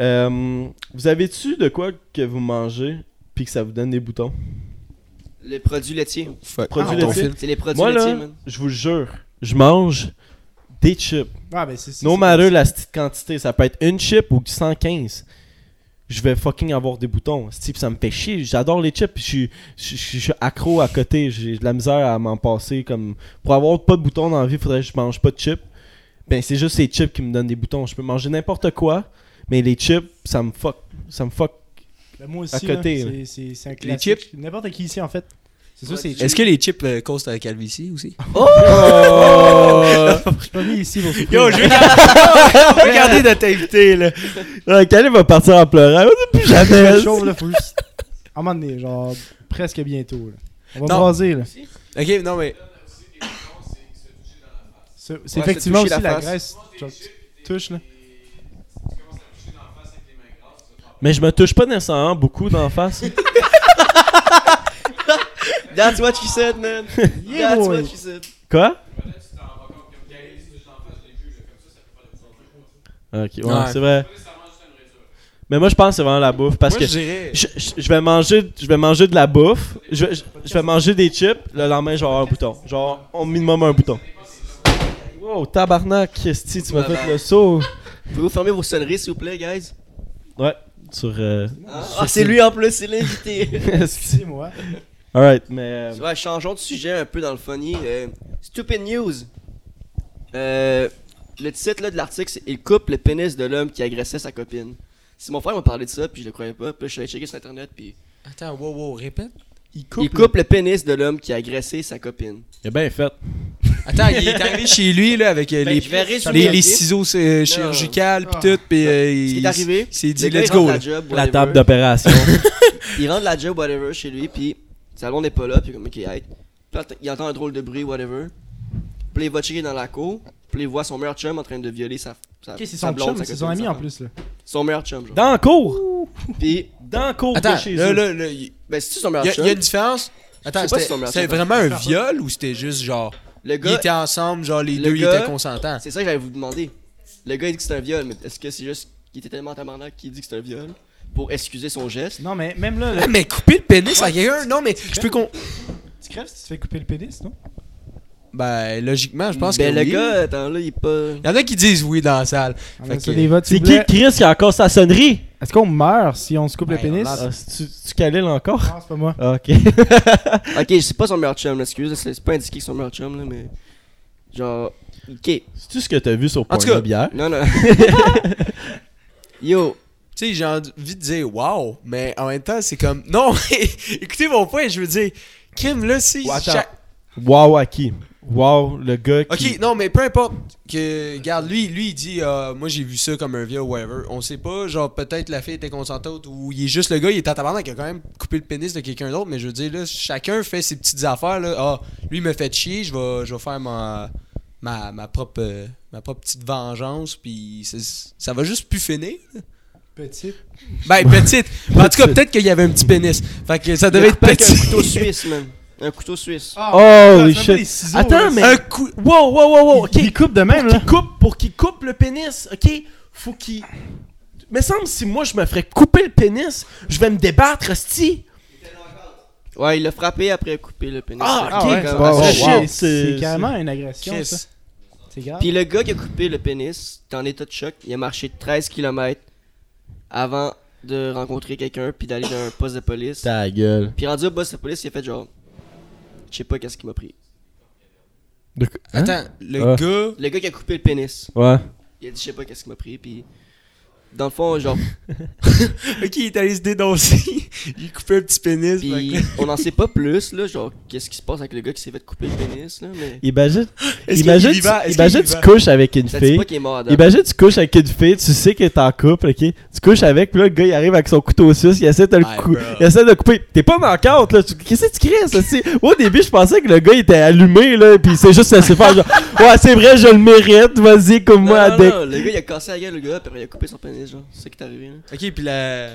Euh, vous avez-tu de quoi que vous mangez puis que ça vous donne des boutons Les produits laitiers. Fuck. Produit Ah, ton laitier. fil. C'est les produits Moi, laitiers, là, man. je vous jure, je mange des chips. Ah, ben, c'est- c'est- No c'est- matter la petite quantité, ça peut être une chip ou 115. Je vais fucking avoir des boutons. Sti, puis ça me fait chier. J'adore les chips. puis Je suis, je, je- je suis accro à côté. J'ai de la misère à m'en passer. Comme pour avoir pas de boutons dans la vie, faudrait que je mange pas de chips. Ben c'est juste ces chips qui me donnent des boutons. Je peux manger n'importe quoi, Mais les chips, ça me fuck. Ça me fuck. Ben, moi aussi, À côté, là, là. c'est- c'est c'est un classique. N'importe qui ici, en fait. C'est ça, c'est Est-ce que les chips euh, causent la calvitie aussi? Oh! Je suis pas venu ici pour souffrir. Regardez notre invité, là. Ouais, Caleb va partir en pleurant. On dit plus jamais. Je chauffe, là, faut juste... À un moment donné, genre, presque bientôt, là. On va Non. braser, là. Ok, non mais. C'est c'est Ouais, effectivement se aussi toucher la, la face. graisse. Genre, tu touches, là. Mais je me touche pas nécessairement beaucoup d'en face. That's what she said, man. Yeah, That's boy. what she said. Quoi? Ok, ouais, Ouais. c'est vrai. Mais moi, je pense que c'est vraiment la bouffe. Parce Moi, que je dirais. je, je- je vais manger, je vais manger de la bouffe, je, vais- je- je vais manger des chips, le lendemain, je vais avoir un bouton. Genre, au minimum, un bouton. Wow, tabarnak, Christy, tu m'as fait le saut. Pouvez-vous fermer vos sonneries, s'il vous plaît, guys? Ouais, sur... <laughs> euh, Ah, c'est lui en plus, c'est l'invité. Esti. C'est moi. Alright, mais... euh, ouais, changeons de sujet un peu dans le funny. Euh, stupid news. Euh, le titre là, de l'article, c'est Il coupe le pénis de l'homme qui agressait sa copine. Si mon frère m'a parlé de ça, puis je le croyais pas, puis là, je suis allé checker sur internet, puis Attends, wow, wow, répète. euh, Il coupe. il coupe le pénis de l'homme qui a agressé sa copine. Il est bien fait. Attends, il est arrivé chez lui là avec euh, Ben, les, je verrai sur les, le les clip. ciseaux euh, chirurgicales pis Ah. tout, pis euh, Ce qui il, est arrivé, il s'est dit le gars, let's il rentre go. à là. job, La whatever. table d'opération. Il rentre la job, whatever, chez lui, puis salon n'est pas là, puis comme, ok, hey. Puis là, t- il entend un drôle de bruit, whatever. Puis là, il va checker dans la cour, puis là, il voit son meilleur chum en train de violer sa, sa, Ok, c'est sa son blonde, chum, sa c'est copine, son ami sa en femme. plus, là. Son meilleur chum, genre. Dans le cours! Puis, Dans le cours Attends, de chez là, eux. là, là, il ben, c'est-tu son il meilleur y, a- chum? il y a une différence. Attends, sais pas si c'était son meilleur c'était chum est- vraiment un viol ou c'était juste genre. Le ils gars, étaient ensemble, genre les le deux ils gars- étaient consentants. c'est ça que j'allais vous demander. Le gars, il dit que c'est un viol, mais est-ce que c'est juste qu'il était tellement tabarnak qu'il dit que c'est un viol pour excuser son geste? Non, mais même là, Ah, là mais couper le pénis à quelqu'un, non mais je peux qu'on. tu crèves si tu te fais couper le pénis, non? Ben logiquement, je pense ben, que. le oui. gars, attends, là, il est pas. Il y en a qui disent oui dans la salle. On Fait a ça que- Ah, des votes, s'il C'est vous qui, plaît. Chris, qui a encore sa sonnerie? Est-ce qu'on meurt si on se coupe le Ben, pénis? on l'a- Ah, c'est-tu tu Khalil encore? Non, c'est pas moi. Ok. Ok, c'est pas son meilleur chum, là, excuse, c'est c'est pas indiqué que c'est son meilleur chum, là, mais. Genre. Ok, <laughs> C'est-tu ce que t'as vu sur En tout cas, Pornhub hier? <laughs> non, non. Yo, Tu sais, j'ai envie de dire wow, mais en même temps, c'est comme. Non, <laughs> mais écoutez mon point, je veux dire. Crime, là, si. Ou attends. chaque- Wow, à qui? Wow, le gars Ok, qui... non, mais peu importe. Que, regarde, lui, lui, il dit euh, Moi, j'ai vu ça comme un viol, whatever. On sait pas, genre, peut-être la fille était consentante ou il est juste le gars, il est en tabarnak, qui a quand même coupé le pénis de quelqu'un d'autre. Mais je veux dire, là, chacun fait ses petites affaires, là. Ah, lui, il me fait chier, je vais, je vais faire ma, ma, ma propre, euh, ma propre petite vengeance, puis c'est- ça va juste plus finir. Petite. Ben, petite. Ben, en tout cas, peut-être qu'il y avait un petit pénis. Fait que ça devait être avec un petit. couteau suisse, man. Un couteau suisse. Ah, Oh, Holy les shit. Attends, mais. Un coup. Wow, wow, wow, wow. Il coupe de même, là. Qu'il coupe, pour qu'il coupe le pénis, ok? Faut qu'il. Mais semble si moi je me ferais couper le pénis, je vais me débattre, Sti. Ouais, il l'a frappé après couper le pénis. Ah, Fait ok. que ouais, comme- c'est pas- Ah, oh, shit. wow. C'est C'est- carrément une agression, Chris. ça. C'est grave. Puis le gars qui a coupé le pénis, t'es en état de choc, il a marché 13 km avant de rencontrer quelqu'un puis d'aller dans un poste de police. Ta gueule. Puis rendu au poste de police, il a fait genre. Je sais pas qu'est-ce qui m'a pris. Attends, le Ah. gars. Le gars qui a coupé le pénis, Ouais. il a dit je sais pas qu'est-ce qui m'a pris. Puis. Dans le fond, <laughs> genre. Ok, il est allé se dénoncer. <laughs> il coupait un petit pénis. fait que Puis là- on en sait pas plus, là. Genre, qu'est-ce qui se passe avec le gars qui s'est fait couper le pénis, là. Mais. Imagine, Est-ce qu'il imagine, est vivant? tu, Est-ce imagine qu'il est tu couches avec une Ça dit fille. pas qu'il est mort Adam. Imagine tu couches avec une fille, tu sais qu'elle est en couple, ok? Tu couches avec, puis là le gars il arrive avec son couteau suisse, il essaie de le Hey, cou- bro. il essaie de le couper. T'es pas manquante là, tu- qu'est-ce que tu crées ça? c'est- Moi, Au début je pensais que le gars il était allumé là, puis c'est juste laissé faire genre, ouais c'est vrai je le mérite, vas-y comme Non, moi non, avec. non, le gars il a cassé la gueule, le gars, puis après il a coupé son pénis, genre. C'est ça qui est arrivé, là. Ok, puis la.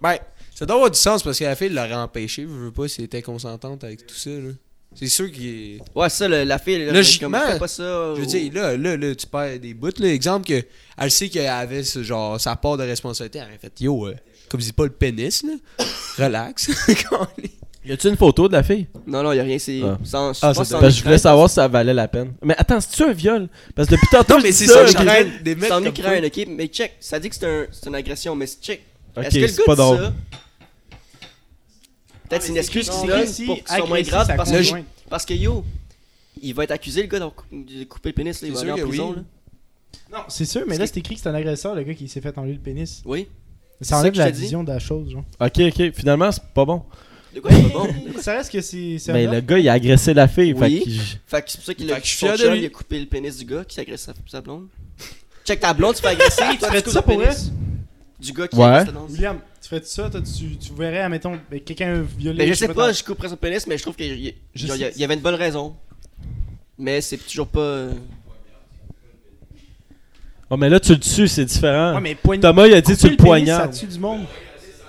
Ben, ça doit avoir du sens parce que la fille l'aurait empêché. Je veux pas si elle était consentante avec tout ça, là. C'est sûr qu'il est. Ouais, ça, le- la fille, elle, elle, Logiquement, comme, fais pas ça. Je ou- veux dire, là, là, là, tu perds des bouts. Là. Exemple que elle sait qu'elle avait ce genre sa part de responsabilité. Elle aurait fait yo, euh, comme je dis pas le pénis, là. <coughs> Relax. <laughs> Y a-tu une photo de la fille? Non, non, y'a rien, c'est. Ah. c'est en- je Ah, pense que c'est en parce que je voulais Ukraine. savoir si ça valait la peine. Mais attends, c'est-tu un viol? Parce que depuis tantôt, je mais dis c'est ça, ok. je suis en train de les C'est mettre en comme Ukraine, ok? Mais check, ça dit que c'est un, c'est une agression, mais check. Ok, Est-ce que le c'est gars pas dit drôle. ça? Peut-être c'est une excuse Non, qu'il mais donne si, pour qu'ils agresser soient moins graves sa parce que, conjointe. parce que yo, il va être accusé le gars d'avoir cou- de couper le pénis, là, il C'est va sûr aller en que oui. prison. là. Non, c'est sûr, mais là, c'est écrit que c'est un agresseur, le gars qui s'est fait enlever le pénis. Oui? Ça ça enlève que je la te dis. vision de la chose, genre. Ok, ok. Finalement, c'est pas bon. De quoi c'est pas bon? Ça reste que c'est. c'est Mais un Ben, le gars, il a agressé la fille. Oui. Fait qu'il- <laughs> Fait que c'est pour ça qu'il a, Fait que je suis son fier de chum, lui. il a coupé le pénis du gars qui s'agresse sa, sa blonde. Check ta blonde, tu fais agresser, toi tu ferais coupes ça le pour pénis. Du gars qui Ouais. agresse sa blonde. William, tu ferais ça, toi, tu, tu verrais, admettons, ben, quelqu'un violer. Mais je sais pas, tant- je couperais son pénis, mais je trouve qu'il y, Je genre, il y a- sais- il y avait une bonne raison. Mais c'est toujours pas. euh, Oh, mais là, tu le tues, c'est différent. Ouais, mais poigne- Thomas, il a dit couper tu le pénis, poignardes. Ça tue du monde.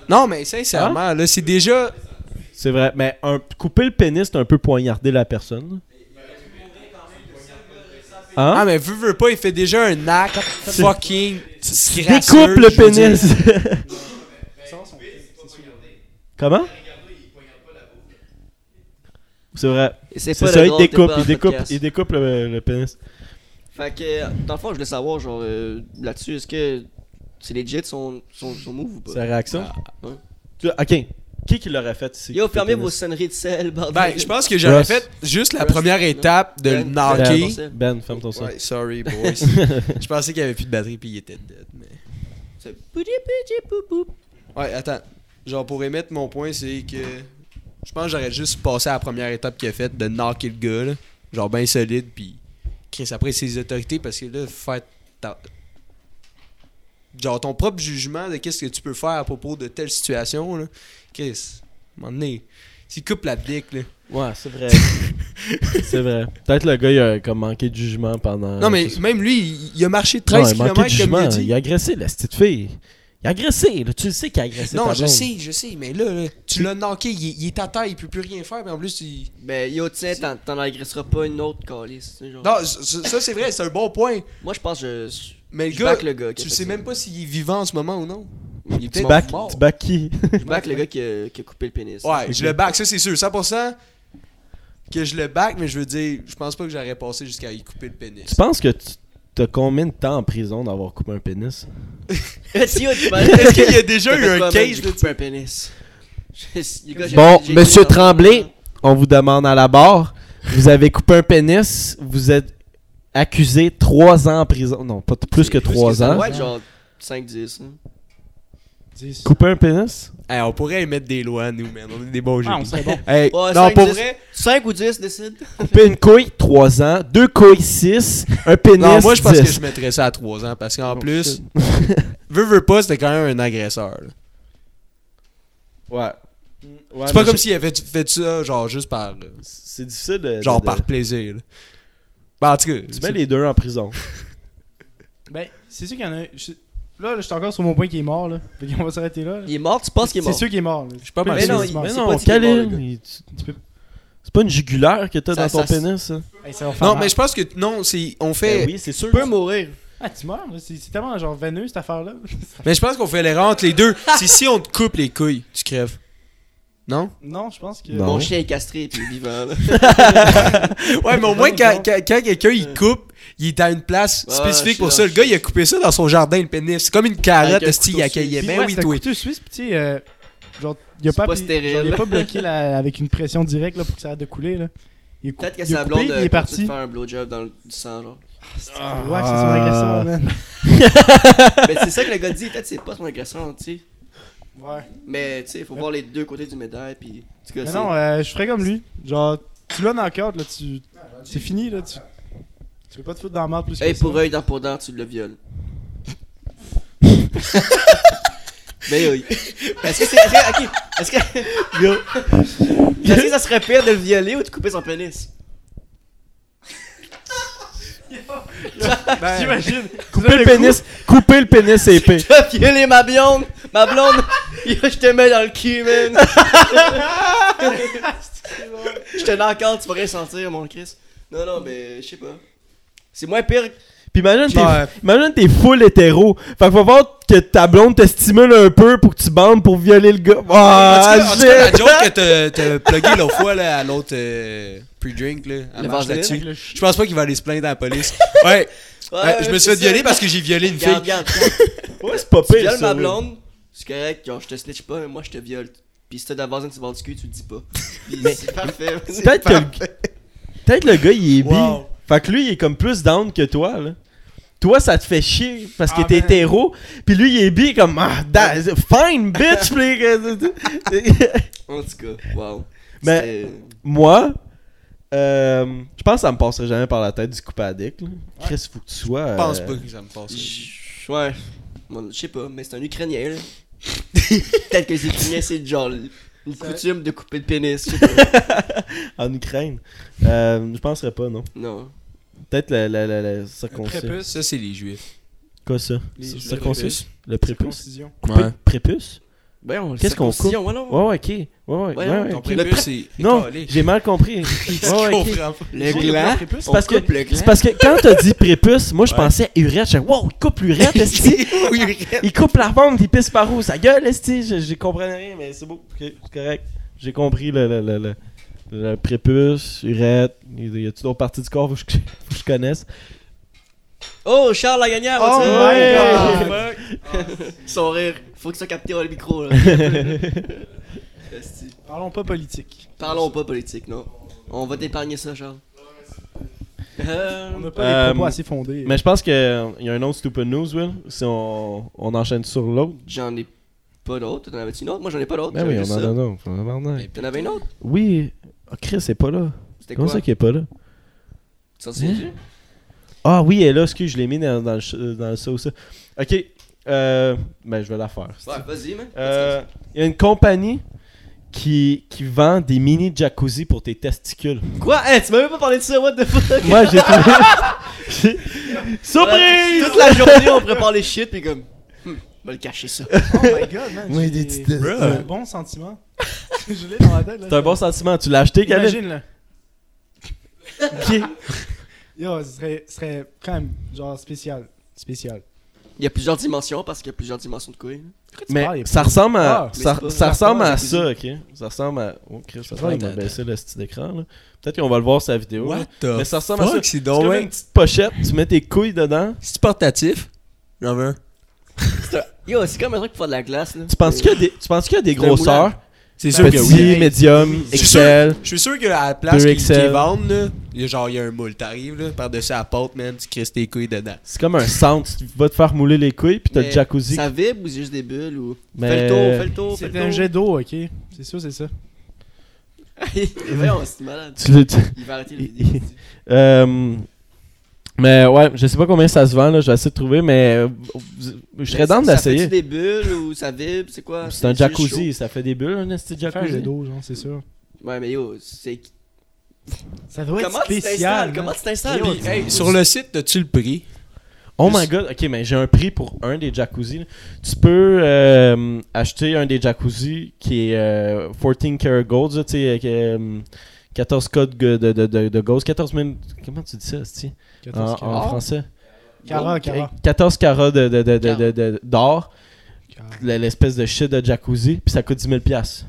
Non, mais sincèrement, là, c'est déjà. C'est vrai. Mais un... couper le pénis, c'est un peu poignarder la personne. Hein? Ah, mais veux, veux pas, il fait déjà un acte fucking. Découpe le pénis. Comment? C'est vrai. C'est C'est pas ça, le il grand découpe, débat en il découpe, podcast. il découpe le, le pénis. Fait que, euh, dans le fond, je voulais savoir, genre, euh, là-dessus, est-ce que c'est legit son, son, son move ou pas? Sa réaction? Ah. Tu- ok. Qui qui l'aurait fait ici? Yo, fermez Le vos pénis? sonneries de sel, bordel. Ben, je pense que j'aurais Russ. fait juste la Russ. première étape de le Ben, knocker. Ben, Ben, ferme ton son. Ouais, sorry, boys. <laughs> je pensais qu'il y avait plus de batterie puis il était dead, mais... C'est pouti, pouti, pou, pou. Ouais, attends. Genre, pour émettre mon point, c'est que... Je pense que j'aurais juste passé à la première étape qu'il a faite, de knocker le gars, là. Genre, ben solide, puis... Chris, après, c'est les autorités, parce que là, faire... ta- Genre, ton propre jugement de qu'est-ce que tu peux faire à propos de telle situation, là. Chris, à un moment donné, s'il coupe la dick, là... Ouais, c'est <laughs> vrai. c'est vrai. Peut-être le gars, il a comme manqué de jugement pendant. non, mais je sais même lui, il, il a marché pas. Euh, Non, 13 il a manqué de km, comme jugement. il a dit. Il a agressé la petite fille. Il a agressé. là, Tu le sais qu'il a agressé. Non, ta je blonde. sais, je sais, mais là, là, tu l'as knocké, il, est- il est à terre, il peut plus rien faire, mais en plus, il... Ben, yo, tiens, t'en- t'en agresseras pas une autre, calice. tu sais, genre. Non, c- c- ça, c'est vrai, c'est un bon point, Moi, je pense que je. mais le Je gars, back le gars qui a tu fait sais ça. même pas s'il est vivant en ce moment ou non. Il est Tu peut-être back, mort. tu back qui Je back le gars qui a, qui a coupé le pénis. Ouais, je le back, ça, c'est sûr, 100% que je le back, mais je veux dire, je pense pas que j'aurais passé jusqu'à y couper le pénis. <laughs> Tu penses que tu t'as combien de temps en prison d'avoir coupé un pénis <laughs> si, yo, tu m'as- <laughs> Est-ce qu'il y a déjà eu T'as fait un quoi, man? cage J'ai de coupé un pénis. <laughs> Je- les gars, j'ai- Bon, j'ai- j'ai- Monsieur j'ai- Tremblay, on vous demande à la barre. Vous avez coupé un pénis. Vous êtes accusé trois ans en prison. Non, pas plus que Plus trois ça ans. doit être genre 5-10. hein. Dis- Couper un <laughs> pénis Hey, on pourrait émettre des lois, nous, man, on est des bons Ah, on juges. serait bon. Hey, Ouais, non, cinq, pour dix. vrai, 5 ou 10, décide. couper une couille, 3 ans, deux couilles, 6, un pénis, Non, moi, je pense que 10. je mettrais ça à 3 ans, parce qu'en plus, <laughs> veux, veux pas, c'était quand même un agresseur, là. Ouais. Ouais, C'est pas mais comme je- s'il avait fait ça, genre, juste par... euh, C'est difficile de... Genre de- par plaisir. là. Ben, en tout cas, Tu c'est- mets les deux en prison. Ben, c'est sûr qu'il y en a. un- je- Là, là, je suis encore sur mon point qui est mort, là. Fait qu'on va s'arrêter là. là. Il est mort, tu penses qu'il est C'est mort. sûr qu'il est mort. là. suis pas Tu peux mal pas sûr. dire qu'il est Mais mort. non, non, c'est pas dit qu'il est Khalil, mort, le il- tu- Tu peux- c'est pas une jugulaire que t'as dans Ça- ton ça- pénis, ça. Hey, ça va faire Non, mal. mais je pense que non, c'est on fait Ben oui, c'est sûr. Il peut mourir. Ah, tu meurs, là. C'est c'est tellement genre veineux cette affaire-là. mais je pense qu'on fait l'erreur entre les <laughs> deux. c'est si on te coupe les couilles, tu crèves. Non non, je pense que. Non. Mon chien est castré puis il est vivant. là. Ouais, mais au Non, moins quand, non. quand- quand quelqu'un il coupe, il est à une place Ouais, spécifique je pour sais, ça. Le je gars, sais. il a coupé ça dans son jardin le pénis. C'est comme une carotte, Avec un esti, il couteau accueillait. suisse. Puis Ben ouais, oui, c'est un toi. couteau suisse, puis tu sais, euh, genre, il a C'est pas, pas appli- stérile. genre, il a pas bloqué la- avec une pression directe là, pour que ça arrête de couler. Là. Il est cou- Peut-être que il sa a blonde coupé, euh, il est continue de parti. faire un blowjob dans le du sang. Genre. Ah, ouais, c'est son Ah. agresseur, man. Mais c'est ça que le gars dit. Peut-être que c'est pas son agresseur, tu sais. Ouais. Mais tu sais, il faut voir les deux côtés du médaille. Puis, en tout cas, Mais c'est- non, euh, je ferais comme lui. Genre, tu l'as dans le cadre, là, tu. C'est fini, là, tu. Tu veux pas te foutre dans la merde plus Hey, que Eh, pour ça. œil, dent pour dent, tu le <laughs> violes. Mais oui. Est-ce que c'est. Est-ce que, <laughs> ok, est-ce que. Yo. Est-ce que ça serait pire de le violer ou de couper son pénis? <laughs> <laughs> J'imagine. Couper le pénis, couper le pénis, c'est épais. Tu as violé ma blonde! Ma blonde! <laughs> Yo, je te mets dans le cul, man! je te l'encore, tu vas rien sentir, mon Chris. Non, non, mais je sais pas. C'est moins pire. Puis imagine, t'es, Ouais. imagine t'es full hétéro. Fait qu'il va falloir que ta blonde te stimule un peu pour que tu bandes pour violer le gars. En Ah, tout cas- en tout cas, la shit. joke que t'as- t'as plugué l'autre fois là, à l'autre euh, pre-drink, là, elle Le marche vaseline? là-dessus. Je pense pas qu'il va aller se plaindre à la police. Ouais, Ouais, ouais, je me suis fait c'est violer ça. parce que j'ai violé une fille. Regarde, regarde, Ouais, c'est pas Tu pire, violes ça, ma oui. blonde, c'est correct, genre je te snitch pas, mais moi je te viole. Pis si t'as de la vaseline sur le bord du cul, tu le dis pas. Pis c'est <laughs> parfait. Peut-être que le... Peut-être le gars, il est bi. Wow. Fait que lui, il est comme plus down que toi, là. Toi, ça te fait chier parce que Ah, t'es ben. hétéro. Puis lui, il est bi comme ah, da- fine bitch. Puis que- En tout cas, wow. Mais- C'était- Moi, euh, je pense que ça me passerait jamais par la tête du coupe à dick. là. Chris, faut que tu sois. euh, Je pense pas que ça me passe. J- Ouais. Moi, Je sais pas, mais c'est un Ukrainien, là. Peut-être que les Ukrainiens, c'est genre une coutume de couper le pénis. je sais pas. En Ukraine. Euh, je penserais pas, non. non. Peut-être la, la, la, la Très circoncision. peu. Ça, c'est les juifs. Quoi ça Les- Cir- le Circoncision Le prépuce Concision. Couper le Ouais. prépuce Ben, on le Qu'est-ce qu'on circoncision, ouais, non? Ouais, ouais, ok. Ouais, ouais, Ouais, ouais, non, ouais, ton Ton ok. pré- Le prépuce, c'est. Non, écalé. j'ai mal compris. Ouais, ouais, ok. <laughs> Je comprends pas. Le J'ai gland. le prépuce. on C'est parce que- coupe le gland. C'est parce que quand t'as dit prépuce, moi je pensais urette. J'ai dit, wow, il coupe l'urette, esti. Il coupe la pomme, il pisse par où Sa gueule, esti. Je- J'ai compris rien, mais c'est beau. Ok, C'est correct. J'ai compris le, le, le, le, le prépuce, urette. Y a-tu d'autres parties du corps faut que je, <laughs> faut que je connaisse Oh, Charles la gagnant, Oh what's up? my Ouais. Son rire. Faut que ça capte le micro, là. Esti. Parlons pas politique. Parlons pas politique, non. On va t'épargner ça, Charles. Euh, On n'a pas Euh, des propos assez fondés. Mais je pense qu'il y a un autre stupid news, Will. Si on, on enchaîne sur l'autre. J'en ai pas d'autres. T'en avais-tu une autre? Moi, j'en ai pas d'autre. Ben oui, j'avais on juste en a ça. un autre. on en a un. Mais T'en avais une autre? Oui, Ah, Chris est pas là. C'était quoi? Comment ça Hein? qu'il est pas là Tu t'en souviens-tu? Ah oui, et là, excuse, je l'ai mis dans, dans le, ch- euh, dans le ça ou ça. Ok, euh, ben je vais la faire. Ouais, vas-y, man. Euh, Il y a une compagnie qui, qui vend des mini jacuzzi pour <laughs> tes testicules. Quoi? Eh, tu m'avais pas parlé de ça, what the fuck? Moi, j'ai trouvé. <laughs> j'ai- Ouais, Surprise! Toute la journée, on prépare les shit, pis comme. Hmm, on va le cacher <laughs> ça. Oh my god, man. Oui, j'ai- des petites- C'est un bon sentiment. <laughs> Je l'ai dans la tête. là. C'est un bon sentiment, tu l'as acheté, Kevin? Imagine, là. <laughs> Ok. Yo, ce serait, ce serait quand même genre spécial. Spécial. Il y a plusieurs dimensions parce qu'il y a plusieurs dimensions de couilles. Pourquoi tu parles, Mais les- ça ressemble à, Ah, mais ça, c'est pas- ça ressemble c'est pas à un ça, ok? Ça ressemble à. Oh, Chris, ça Ouais, ressemble à t'as- baisser le style d'écran, là. Peut-être qu'on va le voir sur la vidéo. là. What the Mais ça ressemble à ça. fuck? Ah C'est C'est donc comme bien- une petite pochette, tu mets tes couilles dedans. C'est portatif. J'en veux un. Yo, c'est comme un truc pour faire de la glace, là. Tu penses qu'il y a des, tu penses qu'il y a des C'est un grosseurs? moulin. C'est sûr que oui. Petit, médium, C'est sûr. XL. Je suis sûr que à la place Deux qu'ils XL. qu'ils vendent, là, il y a genre, il y a un moule. T'arrives, là, par-dessus la porte, man, tu crisses tes couilles dedans. C'est comme un centre. Tu vas te faire mouler les couilles, puis t'as le Mais jacuzzi. Ça vibre ou c'est juste des bulles ou. Mais- Fais le tour, fais le tour, fais le C'était tour. un jet d'eau, ok. C'est ça, c'est ça. <laughs> Voyons, c'est malade. Tu le- tu- Il va arrêter les vidéos. Euh, mais ouais, je sais pas combien ça se vend, là. Je vais essayer de trouver, mais euh, vous- je serais dans C'est d'essayer. des bulles ou ça vibre, c'est quoi? C'est un juste jacuzzi, ça fait des bulles, un esti de Faire un jet jacuzzi. d'eau, genre, c'est sûr. chaud. Ouais, mais yo, c'est. Ça doit Comment être tu spécial. t'installes? man. Comment tu t'installes? Yo, Puis, tu- hey, Sur le site, t'as-tu le prix? Oh my god, ok, mais j'ai un prix pour un des jacuzzi. là. Tu peux euh, acheter un des jacuzzi qui est euh, 14 karat gold, là, tu sais, avec, euh, 14 codes de, de, de, de gold, 14 000. Comment tu dis ça, esti? En, 14 en carats. Ah. français? ah, Cara, cara. 14 carats de, de, de, de- de- de- d'or, Cara. le- l'espèce de shit de jacuzzi, puis ça coûte 10 000 piastres.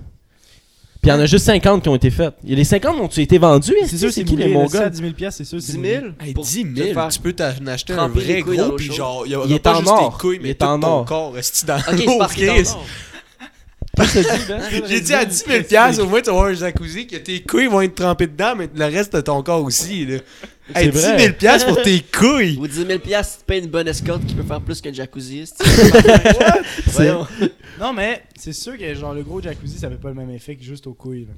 Puis il y en a juste 50 qui ont été faites. Et les 50 ont été vendus, C'est sûr, c'est qui les moulé, le mon set à gars? 10 000 piastres, c'est sûr, c'est 10 moulé. 000? Hey, pour 10 te <laughs> 000? faire- Tu peux t'en acheter un tremper les vrai couilles dans gros, l'eau pis chaude. genre, il y Il aura est pas en juste or. tes couilles, Il mais est tout en ton or. corps, esti, dans Ok, c'est l'eau, parce qu'il est Chris. en or. <laughs> J'ai dit à 10 000 piastres, au moins tu vas avoir un jacuzzi que tes couilles vont être trempées dedans, mais le reste de ton corps aussi. Là. C'est Hey, 10 vrai. 000 piastres pour <laughs> tes couilles! Ou 10 000 piastres, tu payes une bonne escorte qui peut faire plus qu'un jacuzzi. c'est- <laughs> C'est- Voyons. Non, mais c'est sûr que genre le gros jacuzzi, ça fait pas le même effet que juste aux couilles. Là.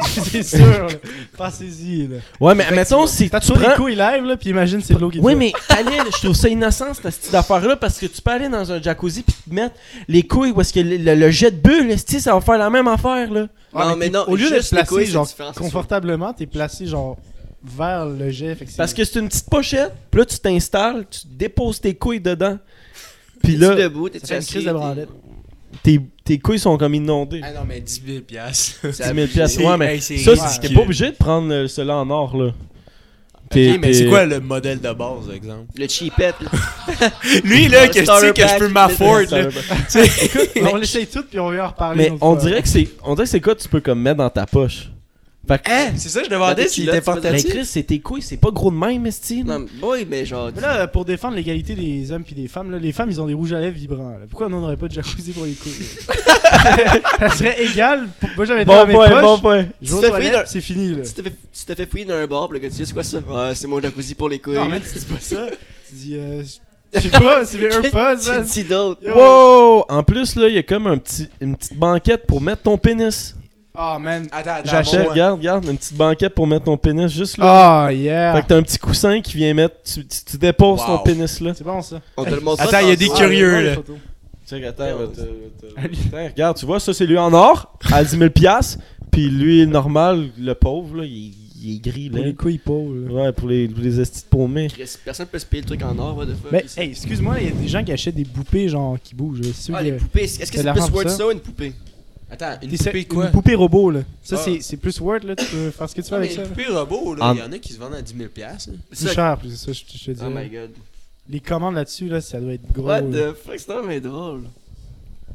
<laughs> c'est sûr, là. Pensez-y. Là. Ouais, mais mettons si T'as tu toujours les prends... couilles live, là, puis imagine c'est de l'eau qui te Oui, fait. <laughs> mais Khalil, je trouve ça innocent, cette petite affaire-là, parce que tu peux aller dans un jacuzzi puis te mettre les couilles où est-ce que le, le- le jet de bulle, esti, ça va faire la même affaire, là. Ouais, Non, mais t'es- non, Au lieu juste d'être les placé couilles, c'est genre différent, c'est confortablement, t'es placé genre vers le jet. Fait que c'est- Parce <laughs> que c'est une petite pochette, puis là, tu t'installes, tu déposes tes couilles dedans, puis T'es-tu là, debout, t'es ça fait une crise de branlette. tes, tes couilles sont comme inondées. Ah non, mais 10 000 piastres. 10 000 piastres. Ouais, mais hey, c'est ça, ridicule. c'est- t'es pas obligé de prendre euh, cela en or, là. T'es- Ok, mais t'es- c'est quoi le modèle de base, <laughs> par exemple? Le cheapette. là. Lui, là, Un que tu starter sais que je peux pack, m'afford, Ça là. veut pas- on l'essaye tout, puis on vient en reparler. Mais une autre on fois. dirait que c'est on dirait que c'est quoi tu peux comme mettre dans ta poche. Fait que Hein? C'est ça, je Dans demandais tes s'il culottes, était tu vas mais portatif. Chris, c'est tes couilles, c'est pas gros de même, esti. là. Non, mais- oui, mais genre. Mais là, pour défendre l'égalité des hommes puis des femmes, là, les femmes, ils ont des rouges à lèvres vibrants. là. Pourquoi on n'aurait pas de jacuzzi pour les couilles là? Ça serait égal. pour- Moi, j'avais dans Bon mes point, poches, bon point. je vais aux Tu te fais fouiller toilettes, dans- c'est fini. Là. Tu t'es fait, tu t'es fait fouiller dans un bar, pis là, que tu dis, c'est quoi ça? Ouais, c'est mon jacuzzi pour les couilles. Non, mais c'est pas ça. Tu dis, euh, je sais <laughs> pas, c'est bien un pas, ça. Tu dis d'autres. Yo. Wow! En plus, là, il y a comme un petit, une petite banquette pour mettre ton pénis. Ah, man. Attends, attends. J'achète, bon, Regarde, regarde, une petite banquette pour mettre ton pénis juste là. Ah, Fait yeah. que t'as un petit coussin qui vient mettre. Tu, tu- tu déposes ton Wow. pénis là. C'est bon, ça. On te le montre Attends, il y a des tantôt. curieux. Ah, là. les photos. Check, attends, va te- va te- Attends, regarde, tu vois, ça c'est lui en or, à 10 000 piastres, Puis lui, normal, le pauvre, là, il, il est gris là. Pour les couilles pauvres, là. Ouais, pour les, pour les estis de paumés. Chris, Personne peut se payer le truc en or, what the fuck. Mais, ici. Euh, hey, excuse-moi, il y a des gens qui achètent des poupées, genre, qui bougent. là. C'est sûr Ah, que- les poupées. Est-ce que T'as c'est l'argent plus pour worth ça? ça une poupée Attends, une T'es sa- poupée quoi Une poupée robot, là. Ça, Ah. c'est, c'est plus Word, là. Tu peux faire ce que tu veux Ah, mais avec ça. Une là. poupée robot, là. Ah. Il y en a qui se vendent à 10 000 piastres, hein. C'est Plus ça. cher, plus ça, je, je te dis. Oh my god. Les commandes là-dessus, là, ça doit être gros. What là. the fuck, c'est mais drôle.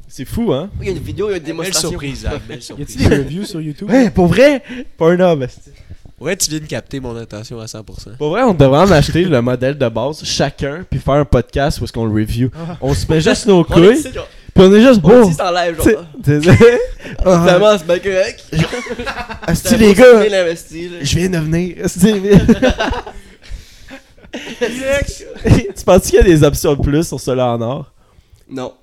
C'est fou, hein? Il y a une vidéo, il y a une Belle démonstration. surprise, hein, <laughs> belle Y a-t-il surprise. des reviews sur YouTube? Ouais, pour vrai! Pas un homme, esti. Ouais, tu viens de capter mon attention à 100%. Pour vrai, on devrait en acheter le modèle de base, chacun, puis faire un podcast où est-ce qu'on le review. Ah. <laughs> On se met juste nos On le dit, couilles, genre, puis on est juste on le beau. dit, Oh, c'est en live, T'sais, genre. t'sais- Ah, Vraiment, c'est bien correct. esti, Ah, les gars, l'investi, là. je viens de venir. esti. tu penses qu'il y a des options de plus sur cela en or? Non.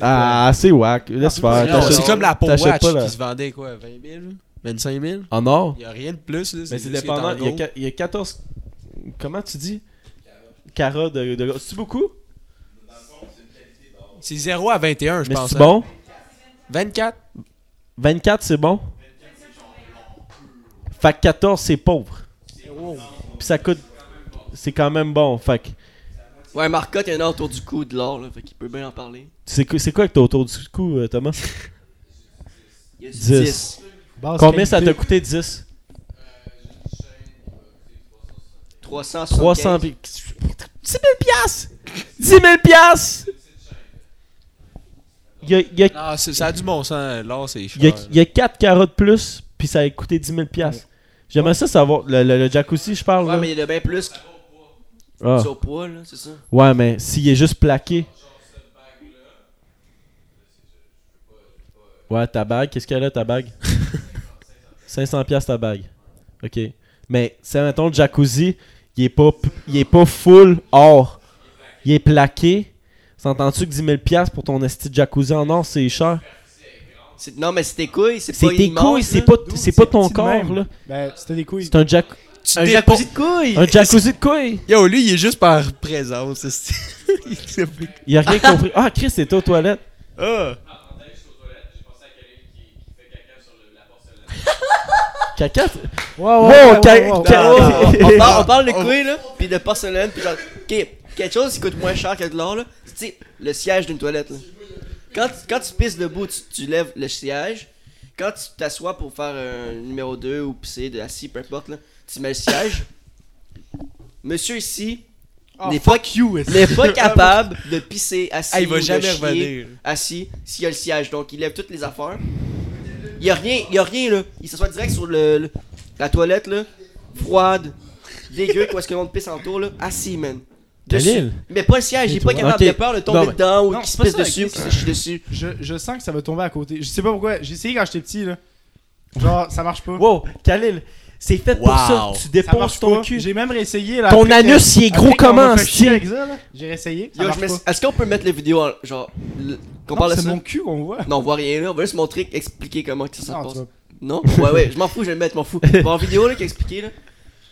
Ah, c'est wack. Laisse Ah, faire. Non, t'achètes- c'est t'achètes- comme la Apple t'achètes Watch pas, là. qui se vendait quoi, 20 000, 25 000 En or? Il y a rien de plus, là. Mais c'est juste dépendant. que Il t'es y, en a, gros. qua- il y a 14. Comment tu dis Cara de. de... C'est beaucoup C'est 0 à 21, je Mais pense. c'est hein. bon. 24 24, c'est bon. Fait que 14, c'est pauvre. Puis ça coûte. C'est quand même bon. Fait que. Ouais, Marcotte, il y en a autour du cou de l'or, là. Fait qu'il peut bien en parler. C'est quoi c'est quoi que t'as autour du cou, euh, Thomas Il y a du Dix. 10. Basse Combien ça t'a qualité. coûté 10 375. 300. pi- 10 000 piastres 10 000 piastres Il y a, il y a- Ah, c'est- ça a du bon sens. L'or, c'est cher. il y a- Ah, là. il y a 4 carottes plus, puis ça a coûté 10 000 piastres. J'aimerais ça savoir. Le, le- le jacuzzi, je parle. Ouais, là. mais il y en a bien plus qui Ah. sont au poids, là, c'est ça. Ouais, mais s'il est juste plaqué. Ouais, ta bague, qu'est-ce qu'elle a ta bague 500 pièces ta bague. OK. Mais c'est mettons le jacuzzi, il est pas p- il est pas full or. Il est plaqué. S'entends-tu que 10 000 pièces pour ton esti de jacuzzi en or, c'est cher C'est- Non, mais c'est tes couilles, c'est pas C'est tes une manche, couilles, c'est là. pas c'est pas ton petit de corps même. là. Ben, c'était des couilles. C'est un jac Tu Un dépends- jacuzzi de couilles! <laughs> un jacuzzi de couilles. Yo, lui, il est juste par présence. <laughs> c'est- Il s'est fait- Il a rien compris. Ah, Chris, t'étais aux toilettes. Ah! Caca. t- Wow, Wow, ca- ca- Non, non, non. on, parle, on parle de On- couilles, là, pis de porcelaine, pis genre, ok, quelque chose qui coûte moins cher que de l'or, là, c'est, tu sais, le siège d'une toilette, là. Quand, quand tu pisses debout, tu, tu lèves le siège. Quand tu t'assois pour faire un numéro 2 ou pisser de assis, peu importe, là, tu mets le siège. Monsieur ici Ah, n'est pas, n'est <laughs> pas capable de pisser assis. Ah, il va ou de jamais chier revenir. Assis, s'il y a le siège. Donc, il lève toutes les affaires. Il y a rien, il y a rien, là. Il s'assoit direct sur le, le- la toilette, là. Froide, dégueu, quoi, est-ce que le monde pisse en tour, là. Assis, man. Daniel. Mais pas le siège, il est pas Ok. capable de peur de tomber Non, mais- dedans ou Non, qu'il c'est se pas pisse ça, dessus ou ok. qu'il se chie dessus. Je, je sens que ça va tomber à côté. Je sais pas pourquoi. J'ai essayé quand j'étais petit, là. Genre, ça marche pas. Wow, Khalil, c'est fait pour ça. Wow. Tu Ça marche dépenses ton pas. cul. J'ai même réessayé là. Ton après que- anus, il est après gros qu'on comment, m'a fait chier si? avec ça, là. J'ai réessayé. Ça Yo, je marche me- pas. Est-ce qu'on peut mettre la vidéo en. Genre. le- Qu'on Non, parle de c'est ça mon cul qu'on voit. Non, on voit rien là. On va juste montrer, expliquer comment que ça, ça Non, passe. tu vois. Non Ouais, ouais, je m'en fous, je vais le mettre, je m'en fous. Bon, en vidéo là, qui expliquer là.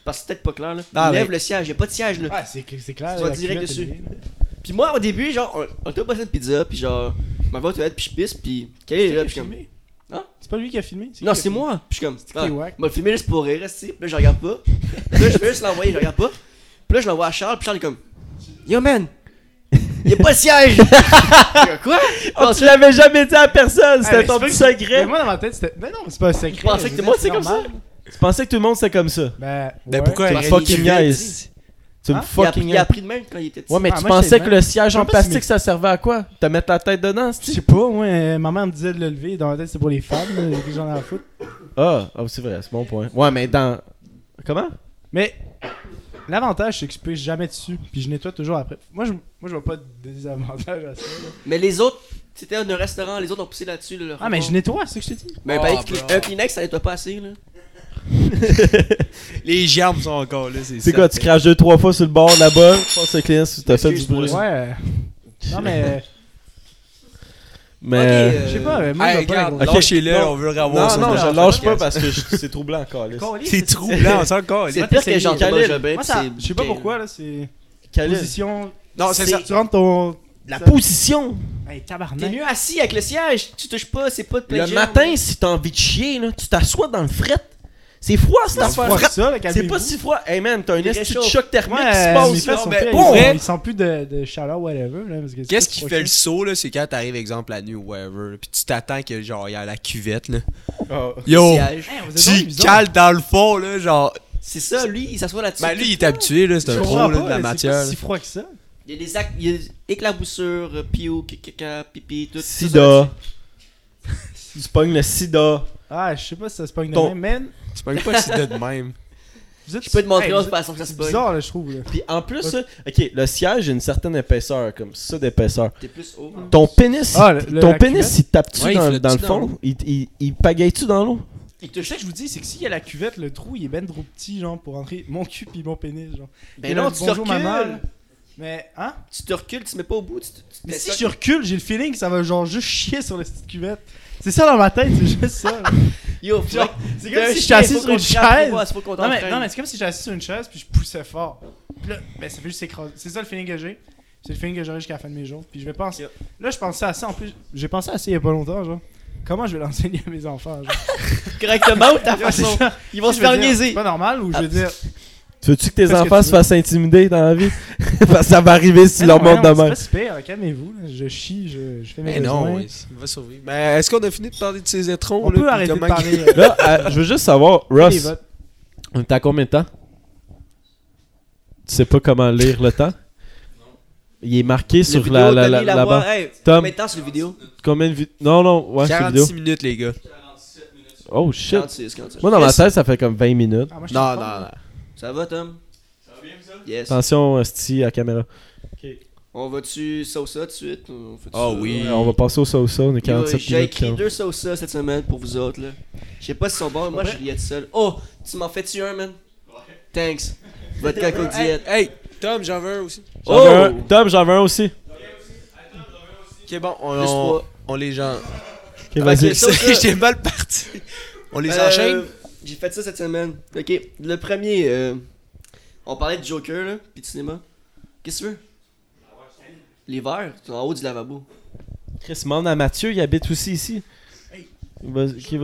Parce que c'est peut-être pas clair là. Ah, Il ouais. Lève le siège, y a pas de siège là. Ouais, c'est cl- c'est clair. Tu vas la direct culotte, dessus. elle est- Puis moi, au début, genre, on, on t'a passé une pizza, puis genre, je m'en vais aux toilettes, puis je pisse, puis quel est C'est là, lui puis je qui suis a comme. filmé. Hein C'est pas lui qui a filmé qui Non, a c'est filmé? moi. Puis je suis comme. qui est wack? m'a filmé juste pour rire, resti. Puis là, je regarde pas. Puis là, je fais juste l'envoyer, je regarde pas. Puis là, je l'envoie à Charles, puis Charles est comme. Yo man! Y'a pas de siège! Je dis, Quoi? Oh, tu l'avais jamais dit à personne, Ah, mais c'était ton c'est pas petit que- secret. Mais moi dans ma tête, c'était. Mais non, c'est pas un secret. Je pensais que tout le monde, c'est comme ça. Tu pensais que tout le monde c'est comme ça. Ben. Ben ouais. pourquoi Tu Ouais, me il- fucking il- niaise. Tu Il a, me Hein? appris- fucking il a niaise. appris de même quand il était petit. Ouais, mais Ah, tu moi, je sais pensais que même. le siège Je sais en pas si mes- plastique ça servait à quoi T'as mettre la tête dedans, Je c'est sais pas, moi, euh, ma mère me disait de le lever. Dans ma tête, c'est pour les femmes, là, les gens à la foot. Ah, ah, c'est vrai, c'est bon point. Ouais, mais dans. Comment Mais l'avantage, c'est que je pisse jamais dessus, puis je nettoie toujours après. Moi, je, moi, je vois pas de désavantage à ça. là. Mais les autres, c'était un restaurant, les autres ont poussé là-dessus. Là, leur Ah, mais rapport. je nettoie, c'est ce que je te dis. Mais Oh, ben, bro. un Kleenex, ça nettoie pas assez. là. Les jambes sont encore là, c'est C'est quoi, tu craches deux, trois fois sur le bord là-bas, passe le client si t'as fait du Excuse-moi. bruit. Ouais. Non, mais. euh, Mais. Ok, euh, Je sais pas, mais moi, Hey, j'ai pas regarde, Ok. lâchez-le, Non. on veut le non, revoir. ça, non, là. je lâche pas parce que je- c'est troublant encore. C'est troublant, <laughs> c'est encore. C'est pire que Jean-Claude Calais, Jobin, Moi, pis ça- c'est- Je sais pas pourquoi, là, c'est. Position. Non, Ah, c'est ça. Tu rentres ton. La Ça- position! Hey, T'es tabarnak. mieux assis avec le siège, tu touches pas, c'est pas de plein Le matin, si t'as envie de chier, là, tu t'assois dans le fret. C'est froid, cette C'est affaire. froid que ça, là, Ah, C'est calmez-vous. pas si froid. Hey man, t'as un Il esti de réchauffe. choc thermique Ouais, qui se mes passe. fesses là. sont mais faits, bon, ils- vrai. ils sentent plus de, de chaleur, whatever. Là, parce que c'est Qu'est-ce tout qui trop fait chaud. le saut, là, c'est quand t'arrives, exemple, la nuit ou whatever, pis tu t'attends que, genre, il y a la cuvette, là. Ah. Oh. Yo, siège. Hey, vous êtes donc tu bizarre. cales dans le fond, là, genre... C'est ça, lui, il s'assoit là-dessus. Ben, lui, il est habitué, là, c'est Je un comprends pro, là, pas, de la c'est pas matière. là. <laughs> si froid que ça. Il y a des actes, il y a éclaboussure, euh, pio, caca, pipi, tout tout ça. Sida. <laughs> tu pognes le sida. Ah, je sais pas si ça se pogne de Ton- même, man. Tu peux pas si de même. Vous êtes... Je peux te montrer Hey, en vous êtes- façon que ça se C'est pogne. bizarre, là, je trouve. Là. Puis en plus, ça, ok, le siège a une certaine épaisseur, comme ça d'épaisseur. T'es plus haut. Ton pénis, Ah, il- le- le- ton la pénis, cuvette? il tape-tu Ouais, il dans, flotte-tu dans le dans fond? l'eau? Il, il, il pagaille-tu dans l'eau? Il te C'est ça que je vous dis, c'est que s'il y a la cuvette, le trou, il est ben trop petit, genre, pour entrer <laughs> mon cul pis mon pénis, genre. Et Ben là, non, tu te bonjour, recules. maman. Mais, hein? Tu te recules, tu te mets pas au bout. Tu te- tu te Mais mets si ça- je recule, j'ai le feeling que ça va, genre, juste chier sur la petite cuvette. C'est ça dans ma tête, c'est juste ça. là. Yo, Genre, fuck. c'est T'es comme un si je suis chien, assis faut sur qu'on une te frappe, chaise. faut pas- faut qu'on Non mais, t'entraîne. non, mais c'est comme si j'étais assis sur une chaise puis je poussais fort. Puis là, ben, ça fait juste s'écraser. C'est ça le feeling que j'ai. C'est le feeling que j'aurai jusqu'à la fin de mes jours. Puis je vais penser. Yep. Là, je pensais à ça en plus. J'ai pensé à ça il y a pas longtemps, genre. Comment je vais <laughs> l'enseigner à mes enfants, genre. Correctement ou ta Ouais, c'est façon. ça. Ils vont Je se veux faire dire, C'est niaiser. pas normal ou je veux dire. Tu veux-tu que tes Qu'est-ce que enfants tu se veux? fassent intimider dans la vie? <laughs> Parce que ça va arriver si Eh tu leur non, voyons, montres de C'est même. pas super, calmez-vous. là. Je chie, je, je fais mes <laughs> Mais besoins. non, ouais, il va survivre. Mais est-ce qu'on a fini de parler de ses étrons, On là, peut puis arrêter de comment- parler. euh, Là, euh, je veux juste savoir, des Ross, votes. on est à combien de temps? Tu sais pas comment lire le temps? Il est marqué Le sur vidéo, la, la, Tommy la, Lavoie, là-bas. hey, Tom. Combien de temps sur la vidéo Combien de vi- Non, non, ouais, c'est vidéo. 46 minutes, les gars. Oh shit. 46, 46. Moi, dans ma Yes. tête, ça fait comme 20 minutes. Ah, moi, je suis Non, fort, non, là. non. Ça va, Tom Ça va bien, ça Yes. Attention, Sti, à caméra. On va-tu sauce ça tout de suite ou on fait ça? Ah oui. Ouais, On va passer au ça ou ça, on est Yo, 47 J'ai minutes. écrit quand- deux sauces cette semaine pour vous autres là. Je sais pas si ils sont bons, moi je riais tout seul. Oh, tu m'en fais-tu un, man? Thanks. Votre <laughs> coco Hey, diète. hey, Tom, j'en veux un aussi. J'en veux un. Oh! Tom, j'en veux un aussi. Ok, bon, on, Juste on, trois. on les gens. Ok, vas-y. <laughs> ça, ça. J'étais mal parti. On les Euh, enchaîne. J'ai fait ça cette semaine. Ok, le premier, euh, on parlait de Joker là, pis de cinéma. Qu'est-ce que tu veux? Les verres, sont en haut du lavabo. Chris, demande à Mathieu, il habite aussi ici. Vas-y, ok, vas-y.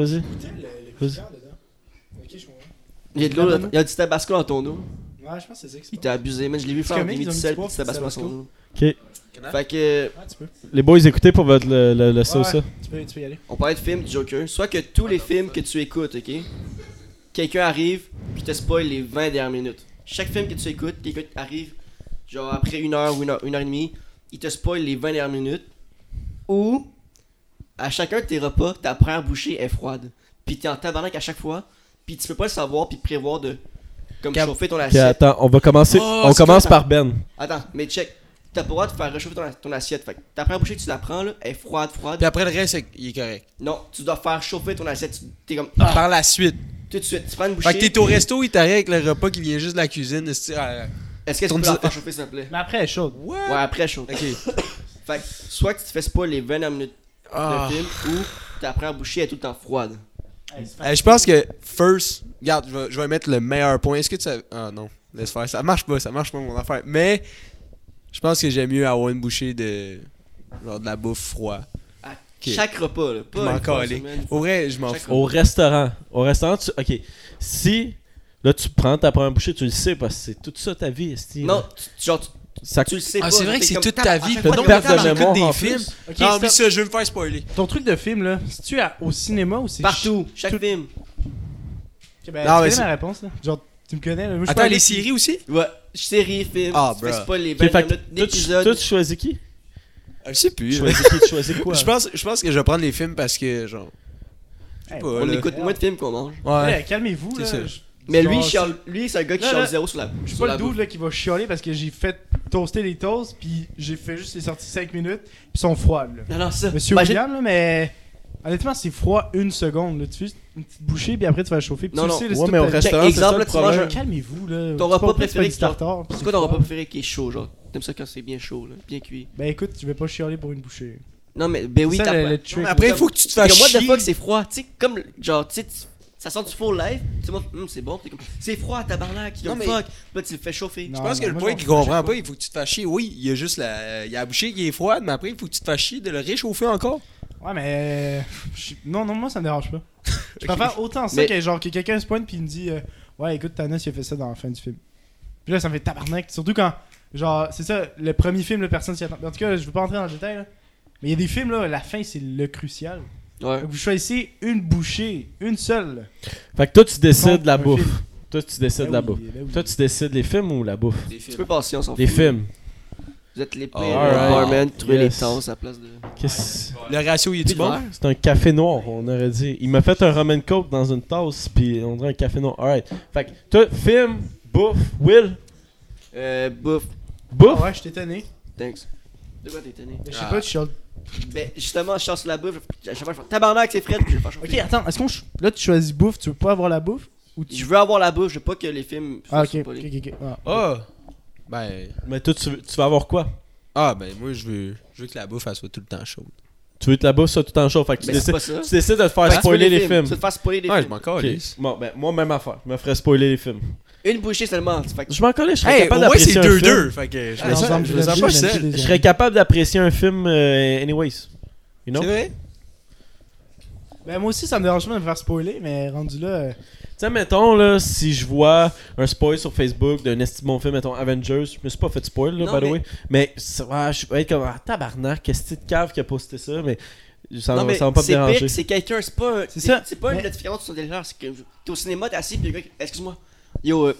Vas-y. Ok, je comprends. Il y a de l'eau, il y a du tabasco dans ton eau. Ouais, je pense que c'est ça que c'est. Il t'a abusé, man. Je l'ai vu faire un comique, demi ils de ont mis sel du pis poivre du sur le tabasco dans son eau. Ok. Fait que, Ah, tu peux. Les boys, écoutez pour votre, le, le, le ça ou Ouais, ça. ouais, Tu peux, tu peux y aller. on parlait de films de Joker. Soit que tous les films que tu écoutes, ok? Quelqu'un arrive pis te spoil les 20 dernières minutes. Chaque film que tu écoutes, quelqu'un arrive, genre après une heure ou une heure, une heure et demie, il te spoil les 20 dernières minutes. Ou, à chacun de tes repas, ta première bouchée est froide. Pis t'es en tabarnak à chaque fois, pis tu peux pas le savoir pis prévoir de. Comme Cap- chauffer ton Ok, assiette. attends, on va commencer. Oh, on c'est commence cool. par Ben. Attends, mais check. T'as pas le droit de faire réchauffer ton, ton assiette. Fait que ta première bouchée que tu la prends, là, elle est froide, froide. Puis après le reste, il est correct. Non, tu dois faire chauffer ton assiette. Tu- T'es comme, ah, Par la suite. tout de suite. Tu prends une bouchée. Fait que t'es au resto, il t'arrête avec le repas qui vient juste de la cuisine. esti, ah, Est-ce que tu peux Tourne la ça. faire chauffer, s'il te plaît? Mais après, elle est chaude. Ouais, après chauffe. Ok. Fait que soit que tu te fasses pas les 20 minutes Ah. de film ou ta première bouchée est tout le temps froide. Euh, je pense que first, regarde, je vais, je vais mettre le meilleur point. Est-ce que tu savais- Ah non, laisse faire. Ça marche pas, ça marche pas mon affaire. Mais je pense que j'aime mieux avoir une bouchée de genre de la bouffe froide. À Ok. chaque repas, là. Je Pas m'en une fois par calais. semaine. Au vrai, je m'en Chaque- fous. Au restaurant. Au restaurant, tu. Ok. Si. Là, tu prends ta première bouchée, tu le sais parce que c'est tout ça ta vie, Esti. Non, là. tu, genre, tu, Ça tu le sais Ah, pas. c'est vrai t'es que c'est comme, toute ta tabarnak, vie. à chaque T'as fois une que perte j'écoute de j'écoute mémoire des en films. plus. Ok, non, stop. mais ça, je vais me faire spoiler. Ton truc de film, là, si tu es au cinéma ou c'est. Partout, chaque film. Ok, ben, tu Non, mais connais c'est- ma réponse, là. Genre, tu me connais, là. Moi, je suis pas Attends, un les gars qui- séries aussi Ouais, série, film. Ah, tu te bruh. fasses pas les Ok, 20 fait que minutes toi, tu- toi, d'épisode. tu choisis qui Je sais plus. Tu choisis qui Tu choisis quoi <laughs> Je pense, je pense que je vais prendre les films parce que genre. Hey, pas, On là. écoute moins de films qu'on mange. ouais, Ouais. Calmez-vous, C'est là. ça. Je- Mais genre, lui, il c'est- chiale- lui c'est un gars qui Là, charge là, zéro sur la Je suis sur pas la le dude bouffe. là, qui va chialer parce que j'ai fait toaster les toasts, puis j'ai fait juste les sorties 5 minutes, puis ils sont froides. Là. Non, non, ça. Monsieur Imagine- William, là, mais Honnêtement, c'est froid une seconde. Là. Tu fais une petite bouchée, puis après tu vas chauffer. Puis Non, tu non. sais, là, c'est Ouais, tout mais au ta- restaurant, c'est ça exemple, le tu manges problème. un- Calmez-vous là. Ton repas pas préféré du que t'as- tartare. puis C'est c'est quoi ton froid. repas préféré qui est chaud, genre T'aimes ça quand c'est bien chaud, là, bien cuit. Ben écoute, tu vais pas chialer pour une bouchée. Non, mais ben oui, C'est ça, t'as le- pas- le trick. Non, mais Après, il faut que tu te Parce fasses que moi, des chier. fois que c'est froid, tu sais, comme, genre, tu sais, tu- ça sent du faux live, tu sais, moi, hum, c'est bon, t'es comme, c'est froid, tabarnak, yo, Non, mais- fuck, là, tu le fais chauffer. Non. Je pense que le moi, point j'en qu'il fais comprend chaque pas, il faut que tu te fasses chier. Oui, il y a juste la, il y a la bouchée qui est froide, mais après, il faut que tu te fasses chier de le réchauffer encore. Ouais, mais. euh, je suis- Non, non, moi ça me dérange pas. Je préfère autant ça Mais- que genre que quelqu'un se pointe puis il me dit euh, Ouais, écoute, Thanos il a fait ça dans la fin du film. Puis là, ça me fait tabarnak. Surtout quand, genre, c'est ça, le premier film, le personne s'y attend. En tout cas, je veux pas entrer dans le détail là. Mais il y a des films là, la fin c'est le crucial. Ouais. Donc, vous choisissez une bouchée, une seule. Fait que toi, tu décides Contre la un bouffe. film. Toi, tu décides Ben la oui, bouffe. ben oui. Toi, tu décides les films ou la bouffe Tu peux passer, on s'en fout. Les films. Vous êtes les pires Alright. barman, trouvez les Yes. tasses à la place de. Qu'est-ce Le ratio, il est-tu bon? Ouais. C'est un café noir, on aurait dit. Il m'a fait un Roman Coke dans une tasse, puis on dirait un café noir. Alright. Fait que toi, film, bouffe, Will, Euh, bouffe, bouffe. Ah ouais, je t'ai tanné. thanks. De quoi t'es étonné Mais Je sais Ah. pas, tu chiales. Ben, justement, je chasse la bouffe, à chaque fois, je fais tabarnak, c'est frais, puis je vais faire chauffer. Ok, attends, est-ce qu'on. ch- Là, tu choisis bouffe, tu veux pas avoir la bouffe ou tu. Je veux avoir la bouffe, je veux pas que les films. Ah, fassent ok, ok, pas les- ok. ok. Ah. Ah! Ben, Mais toi, tu, veux- tu vas avoir quoi ah, ben, moi, je veux, je veux que la bouffe, elle soit tout le temps chaude. Tu veux de la bouffe, ça, tout en chaud. Fait que tu Mais c'est décides, pas ça. tu décides de te faire Fait que tu spoiler fais les films. Tu te faire spoiler les Ouais, je films. m'en calisse. Ok. Bon, ben, moi, même affaire. Je me ferais spoiler les films. Une bouchée seulement. Fait que Je m'en connais, je serais Hey, au capable moins, d'apprécier c'est un film. 2-2. Fait que je Ah, me sens- ensemble, je je me l'ai sens dit, pas je l'ai seul. dit. Je serais capable d'apprécier un film, euh, anyways. You know? C'est Tu vrai? Ben moi aussi, ça me dérange pas de me faire spoiler, mais rendu là. euh, sais, mettons, là, si je vois un spoil sur Facebook d'un esti de bon film, mettons Avengers, je me suis pas fait spoil, là, Non, by the mais- way. Mais ça va, je vais être comme, ah, tabarnak, qu'est-ce que c'est de cave qui a posté ça, mais ça Non, va mais ça va pas me c'est déranger. pire, c'est quelqu'un, c'est pas un- c'est- ça. c'est pas une Mais- notification sur son téléphone, c'est que t'es au cinéma, t'es assis, puis le gars, excuse-moi, yo, euh,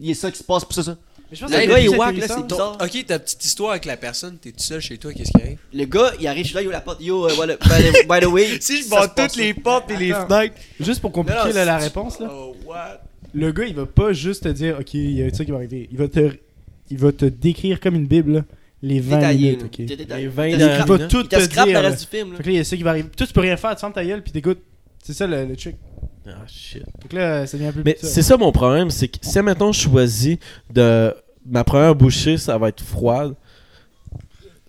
il y a ça qui se passe pour ça, ça. Mais je pense Le que gars, c'est il whack, plus là, intéressant. c'est Ton- bizarre. ok, ta petite histoire avec la personne, t'es tout seul chez toi, qu'est-ce qui arrive? Le gars, il arrive, je suis là, yo, la porte, yo, euh, voilà, by the, by the <laughs> way. Si je ça bats se passe toutes ça. les portes et les Attends. fenêtres. Juste pour compliquer Non, non, là, la c'est- réponse, là, Oh, what? le gars, il va pas juste te dire, ok, il y a ça qui va arriver. Il va te, il va te décrire comme une Bible, là, les 20 Détaillé, minutes, là. ok. T'es Fait détaillé. Les vingt T'as dernières scrap- minutes. il Il va tout te te scrap le dire. euh, reste du film, là. que là, il y a ça qui va arriver. Toi, tu peux rien faire, tu fermes ta gueule, puis t'écoutes. C'est ça le, le truc. Ah, shit. Fait que là, ça devient un peu Mais plus. c'est ça mon problème, c'est que si, mettons, je choisis de. Ma première bouchée, ça va être froide.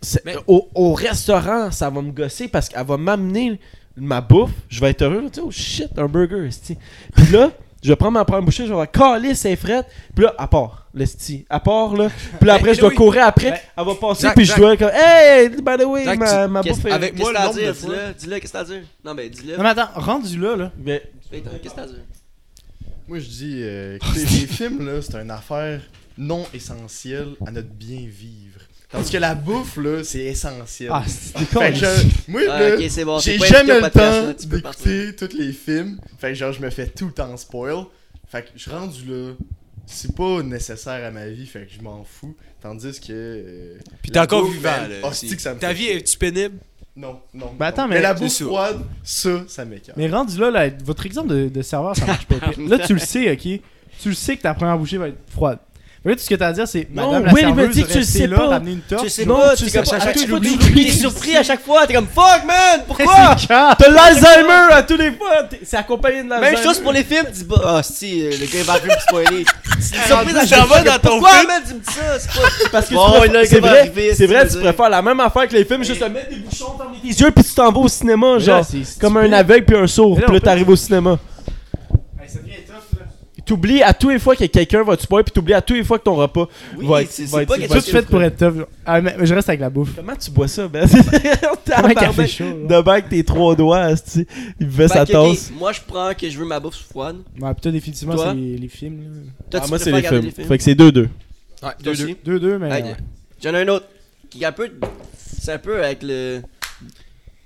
C'est- Mais- Au, au restaurant, ça va me gosser parce qu'elle va m'amener ma bouffe. Je vais être heureux. Tu sais, oh shit, un burger, esti. Puis là, je vais prendre ma première bouchée, je vais caler ses frettes. Puis là, à part, l'esti. À part, là. Puis là, Mais <laughs> après, je dois anyway- courir après. Mais- Elle va passer, Zach, puis je Zach. dois être comme, hey, by the way, Zach, ma, ma qu'est-ce- bouffe est- avec Qu'est-ce moi, que t'as à l'ordre de dire, fois. dis-le, dis-le, qu'est-ce que t'as à dire? Non, mais dis-le. Non, mais attends, rendu là, là. Mais- Putain, Qu'est-ce que t'as à dire? Moi, je dis, euh, écoutez, les films, là, c'est une affaire non essentielle à notre bien vivre. Tandis que la bouffe, là, c'est essentiel. Ah, c'est des Fait que je- moi, Ah, là, ok, c'est bon, c'est j'ai pas invité au jamais le podcast, là, temps tu peux partir. d'écouter tous les films. Fait que genre, je me fais tout le temps spoil. Fait que je suis rendu là. C'est pas nécessaire à ma vie, fait que je m'en fous. Tandis que. euh, Puis t'es la encore bouffe, vivant, elle- là. oh, c'est que ça me Ta fait vie, chier. est-tu pénible? Non, non. Ben attends, non. mais- la C'est bouffe sûr. froide, ça, ça m'écarte. Mais rendu là, là, votre exemple de, de serveur, ça <laughs> marche pas. ok? Là, tu le sais, ok? Tu le sais que ta première bouchée va être froide. Mais là, tout ce que t'as à dire, c'est Non, Madame la Will, il m'a serveuse, dit que tu le restez sais là, pas. ramenez une torche. Tu sais Non, pas, tu sais comme- à chaque fois, pas, tu t'es surpris à chaque fois, t'es comme fuck man, <laughs> pourquoi? c'est calme. T'as l'Alzheimer à tous les fois! t'es- C'est accompagné de l'Alzheimer! Même chose pour les films, tu dis bah, ah, si, euh, le gars il va arriver pour spoiler. C'est une surprise à Ça chaque va fois, dans mais ton Pourquoi, film? man, tu me dis ça? C'est pas. Parce que Bon, tu il y en a préfères- qui c'est vont vrai, arriver, c'est vrai, c'est tu vrai. préfères la même affaire que les films, juste te mettre des bouchons, fermer tes yeux, puis tu t'en vas au cinéma, Mais là, genre. c'est Comme un stupide. aveugle puis un sourd, Mais là, puis là on peut- t'arrives au cinéma. Hey, ça devient tough, là. T'oublies à tous les fois que quelqu'un va te spoiler, puis t'oublies à tous les fois que ton repas Oui, va être. c'est- va c'est être- pas va quelque être- Tout fait pour être tough. genre. Ah, mais mais je reste avec la <laughs> bouffe. Comment tu bois ça, Ben? Comment Tabarnak. qu'elle fait chaud, là? De bac tes trois doigts, asti. il buvait sa Fait que, ok, tasse. Moi je prends que je veux ma bouffe froide. Ouais, putain, définitivement, Toi? c'est les, les films. là. Toi, Ah, tu moi, c'est préfères les garder films. Fait que c'est 2-2. Ouais, Toi 2-2. aussi? Deux, deux, mais. Hey, ouais. J'en ai un autre. Qui est un peu. C'est un peu avec le.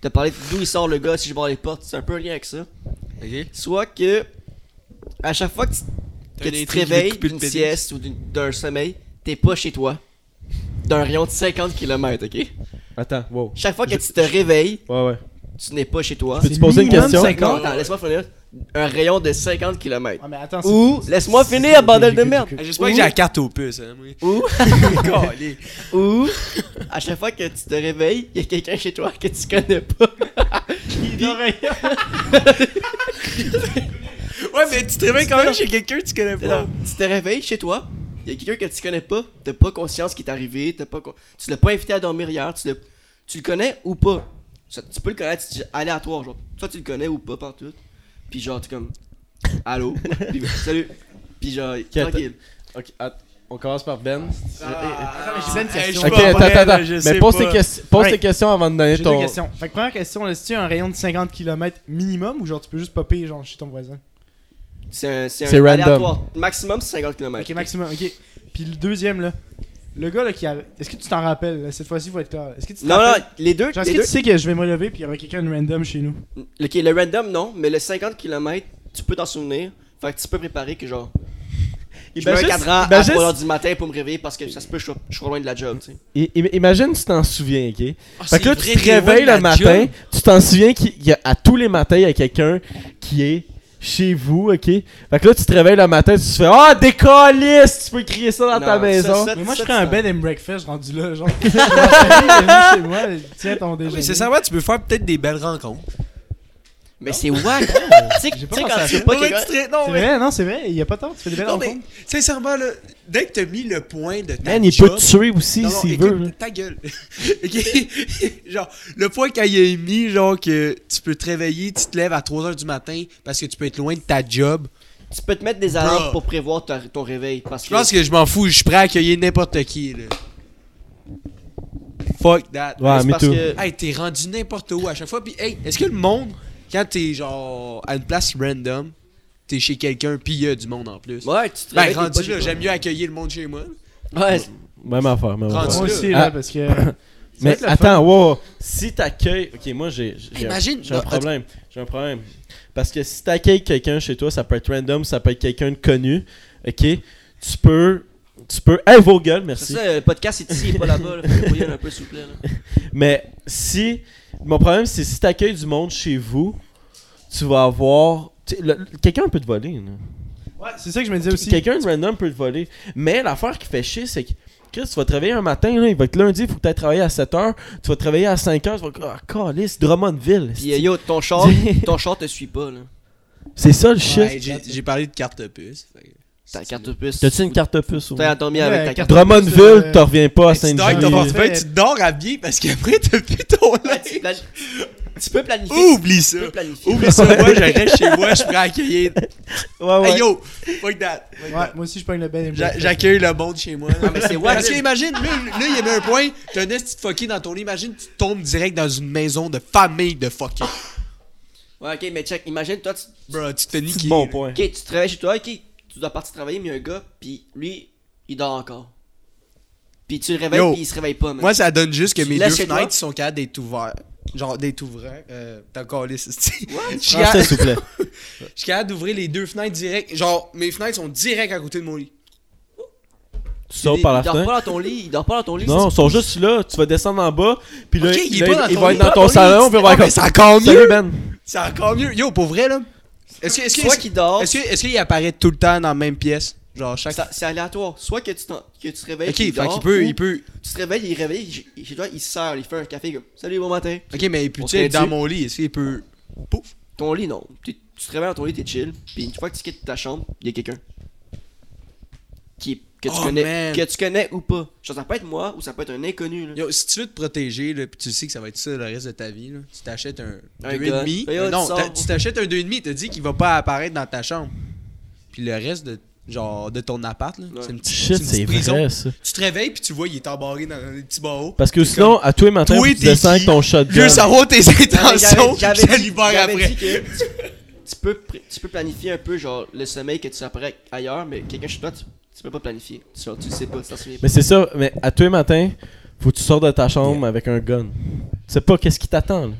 T'as parlé d'où il sort le gars si je barre les portes. C'est un peu un lien avec ça. Ok. Soit que. À chaque fois que tu, T'as que une tu te intrigue, il veut te réveilles couper le d'une pénis. sieste ou d'une- d'un sommeil, t'es pas chez toi. D'un rayon de 50 km, ok? Attends, Ah, wow. Chaque fois que tu te réveilles, Ouais, ouais. tu n'es pas chez toi. Peux-tu poser une minimum question? Non, 50. attends, laisse-moi finir. un rayon de 50 km. Ah, mais attends, Ou, c'est- laisse-moi c'est- finir, c'est- bordel de j'écoute, merde. j'écoute. Ah, J'espère que j'ai la carte aux puces. Hein, moi. Ou, <laughs> Calé. ou, à chaque fois que tu te réveilles, il y a quelqu'un chez toi que tu connais pas. Il est ouais, mais tu te réveilles quand même chez quelqu'un que tu connais pas. Non, tu te réveilles chez toi, il y a quelqu'un que tu connais pas, t'as pas conscience qui est arrivé, t'as pas con- tu l'as pas invité à dormir hier, tu le, tu le connais ou pas. Ça- tu peux le connaître c'est aléatoire, genre, soit tu le connais ou pas, partout. Puis genre, t'es comme, <laughs> allô, puis salut, puis genre, Qu'est-ce- tranquille. Ok, att- on commence par Ben. mais j'ai une question. je Ok, suis pas attends, prêt, attends, là, attends. je Mais sais pose, pas. tes, ques- pose Ouais. tes questions avant de donner J'ai deux ton. questions. Fait que première question, laisse-tu un rayon de 50 km minimum ou genre tu peux juste popper genre chez ton voisin C'est un, c'est C'est un random. aléatoire. Maximum, c'est 50 km. Ok, maximum, ok. Puis le deuxième là, le gars là qui a. Est-ce que tu t'en rappelles là, Cette fois-ci, faut être clair. Est-ce que tu t'en Non, non, rappelles? les deux, Genre, est-ce les que deux- tu sais que je vais me relever puis il y aura quelqu'un de random chez nous ok, le random, non, mais le 50 km, tu peux t'en souvenir. Fait que tu peux préparer que genre, je mets un Imagine- cadran à imagine- 3h du matin pour me réveiller parce que ça se peut, je sois- je sois loin de la job, tu sais. I- im- Imagine, tu t'en souviens, ok? Ah, Fait que là, tu c'est te vrai, t'es loin réveilles de la le matin, Ah, job. tu t'en souviens qu'il y a à tous les matins, il y a quelqu'un qui est chez vous, ok? Fait que là, tu te réveilles le matin, tu te fais Ah, des décaliste! Tu peux crier ça dans Non, ta ça, maison. ça, Mais moi je ça, ferais un ça. bed and breakfast rendu là, genre. Salut, bienvenue chez moi, tiens ton Ah, déjeuner. Mais c'est ça, ouais, tu peux faire peut-être des belles rencontres. Mais c'est wack! Tu sais- tu sais, J'ai pas quand pensé Ah, à tu sais ça. pas Non, mais quelqu'un- tu te- non, C'est mais- vrai, non, c'est vrai, il y a pas tort, tu fais des belles non, mais rencontres. sincèrement, là, dès que t'as mis le point de ta Man, il job, peut te tuer aussi Non, non, s'il écoute, veut. là. Ta gueule. <laughs> Ok. genre, le point qu'il a mis, genre, que tu peux te réveiller, tu te lèves à 3h du matin parce que tu peux être loin de ta job. tu peux te mettre des alarmes Bruh. pour prévoir ta- ton réveil. Parce Je que, pense que je m'en fous, je suis prêt à accueillir n'importe qui, là. Fuck that. Ouais, c'est me parce too. que- Hey, t'es rendu n'importe où à chaque fois. Puis, hey, est-ce que le monde, quand t'es genre à une place random, t'es chez quelqu'un, puis il y a du monde en plus. Ouais, tu te ben, réveilles, t'es pas rendu chez là, toi. j'aime mieux accueillir le monde chez moi. Ouais, c'est- Même affaire, même Rendu affaire. Moi Ouais. aussi, Ah. là, parce que. ça va Mais être le fun. attends, wow. si t'accueilles. Ok, moi j'ai. j'ai- j'ai un- Imagine- J'ai un non, problème. J'ai un problème. Parce que si t'accueilles quelqu'un chez toi, ça peut être random, ça peut être quelqu'un de connu. Ok, tu peux. Tu peux. Hey, vos gueules, c'est merci. ça, le podcast est ici, il est pas là-bas. là. Fait que voyons un peu, s'il vous plaît. là. Mais si. Mon problème, c'est si t'accueilles du monde chez vous, tu vas avoir. tu sais, le- Quelqu'un peut te voler. là. Ouais, c'est ça que je me disais aussi. Quelqu'un de random peut te voler. Mais l'affaire qui fait chier, c'est que Chris, tu vas travailler un matin, là, il va être lundi, il faut que tu ailles travailler à 7h, tu vas travailler à 5h, tu vas. Ah, calice, Drummondville. <laughs> Puis euh, yo, <laughs> ton char, ton char te suit pas. là. C'est ça le shit. Hey, j'ai j'ai parlé de carte puce. fait que- Ta carte puce. T'as-tu une carte puce ou T'as endormi Ouais, avec ta carte carte- Drummondville, Euh, t'en reviens pas à Hey, tu dors Sainte-Jean. avec ton Saint-Jean. portefeuille, tu dors habillé parce qu'après t'as plus ton linge. puce. Tu peux planifier. Oublie ça. Tu peux planifier. Oublie ça, moi je reste chez moi, je suis prêt à accueillir. Ouais, ouais. Hey yo, fuck that. fuck Ouais, that. moi aussi, je pogne le bed and J'a- breakfast. J'accueille le monde chez moi. Ah, mais c'est wack. Parce que imagine, là, là, il y avait un point, t'as un esti de fucké dans ton lit, imagine tu tombes direct dans une maison de famille de fucké. Ouais, ok, mais check, imagine, toi, tu, Bro, tu te C'est niques. bon point. ok, tu travailles chez toi, ok, tu dois partir travailler, mais il y a un gars, puis lui, il dort encore. Puis tu le réveilles, Yo. puis il se réveille pas, man. Moi ça donne juste que Tu mes laisses deux chez toi? fenêtres sont capables d'être ouvertes. Genre d'être ouvertes. Euh, t'as encore les. <laughs> Je suis Français, capable- <laughs> s'il vous plaît. je suis capable d'ouvrir les deux fenêtres direct. Genre mes fenêtres sont direct à côté de mon lit. Tu Il- sors par la Il dort fenêtre. pas dans ton lit, il dort pas dans ton lit. Non, ils sont juste là. Tu vas descendre en bas. Puis là, Ok, il, il est pas là, dans il ton va lit, être dans pas ton dans ton salon. lit, Puis il va c'est- être Ah, mais c'est encore comme, Salut mieux. Ben. C'est encore mieux. Yo, pour vrai, là. Est-ce que, c'est est-ce que, soit est-ce qu'il dort, est-ce que- est-ce qu'il apparaît tout le temps dans la même pièce? Genre, chaque. ça- c'est aléatoire. Soit que tu, t'en- que tu te réveilles, ok, puis fait il dort, qu'il peut, ou il peut. tu te réveilles, il est réveillé, il- chez toi, il se sert, il fait un café comme « Salut, bon matin Ok, mais il peut On tu sais, être serait dans dû. mon lit. Est-ce qu'il peut. Pouf. ». Ton lit, non. Tu, tu te réveilles dans ton lit, t'es chill, puis une fois que tu quittes ta chambre, il y a quelqu'un. Qui, que, tu Oh, connais, man. que tu connais ou pas. Genre, ça peut être moi, ou ça peut être un inconnu, là. Yo, si tu veux te protéger, là, pis tu sais que ça va être ça le reste de ta vie, là, tu t'achètes un Un 2,5. gun. Yo, Euh, Non, tu sors. t'as- tu t'achètes un 2,5, t'as dit qu'il va pas apparaître dans ta chambre. Puis le reste de. Genre, de ton appart, là. Ouais. C'est une petite, Shit, c'est c'est une petite prison. vrai ça. Tu te réveilles, puis tu vois, il est embarré dans les petits barreaux. Parce que sinon, à tous les matins, Toi, faut que tu t'es descends avec qui? ton shotgun. Veux savoir Non, tes mais intentions, j'avais- je te j'avais dit- libère j'avais après. dit que tu, tu peux, pr- tu peux planifier un peu, genre, le sommeil que tu apprends ailleurs, mais quelqu'un chez toi, tu, tu peux pas planifier. Genre, tu le sais pas, tu t'en souviens pas. Mais c'est ça. Mais à tous les matins, faut que tu sors de ta chambre avec un gun. Tu sais pas qu'est-ce qui t'attend. là.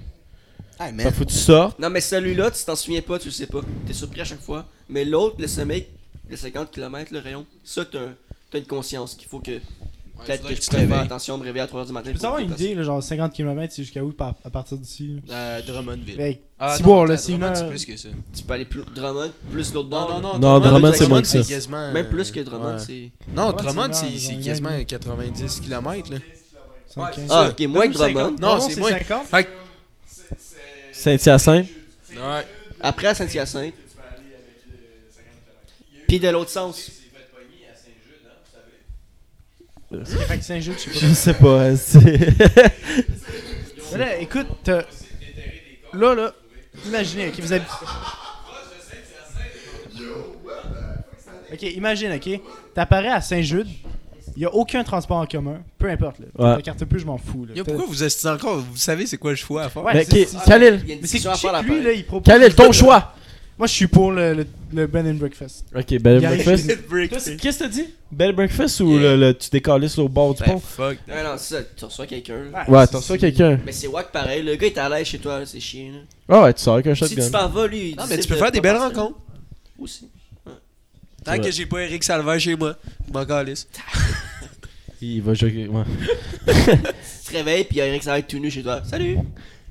Ah, man. Fait que Faut que tu sors. Non, mais celui-là, tu t'en souviens pas, tu le sais pas. T'es surpris à chaque fois. Mais l'autre, le sommeil, le 50 km, le rayon, ça, t'as, un- t'as une conscience qu'il faut que. Peut-être que faudrait tu que tu te te réveilles. réveilles. Attention, me réveiller à 3h du matin. Je peux avoir une idée, là, genre 50 km, c'est jusqu'à où par- à partir d'ici là? Euh, Drummondville. Hey, Ah, Thibault, non, là, attends, c'est une Drummond, heure. plus que ça. Tu peux aller plus Drummond, plus l'autre bord. Non, non, non. Non, Drummond, c'est moins que c'est ça. quasiment, Même plus que euh, Drummond, ouais. c'est. Non, Drummond, Drummond, c'est une c'est heure, c'est genre, quasiment 90 km. Là. 75. Ah, ok, moins que Drummond. Non, c'est moins. 50. Fait que- Saint-Hyacinthe. Ouais. Après à Saint-Hyacinthe. Puis de l'autre sens. Fait que Saint-Jude, je sais Je sais hein, pas. <laughs> c'est- pas. Mais là, écoute, t'as- là, là, imaginez, ok, vous habitez. Ok, imagine, ok, t'apparais à Saint-Jude, y a aucun transport en commun, peu importe, là. Ouais. La carte bleue, je m'en fous, là. Yo, T'as- pourquoi vous assistez encore Vous savez c'est quoi le choix à <laughs> faire Ouais, Mais qui- c'est- c'est- Khalil, Il y a une Mais c'est discussion que à faire check, là lui, là, il propose. Khalil, <laughs> ton choix. Moi, je suis pour le, le, le bed and breakfast. Ok, Bell Il arrive Breakfast. chez Break. Toi, c'est- Qu'est-ce que t'as dit? Bell Breakfast ou le, le- tu décales sur le bord du Ben, pont fuck. Non, non, c'est ça. Tu reçois quelqu'un. là. Ouais, t'en reçois quelqu'un. Mais c'est wack pareil. Le gars est à l'aise chez toi, là, c'est chiant. là. Ah ouais, tu sors avec un Si tu shotgun. t'en vas, lui. il Non, décide mais tu peux de faire des pas belles partir. rencontres. Aussi. C'est Tant vrai. que j'ai pas Eric Salvaire chez moi, je m'en calisse. Il va jouer. ouais. Tu te réveilles, puis il y a Eric Sarek tout nu chez toi. Salut!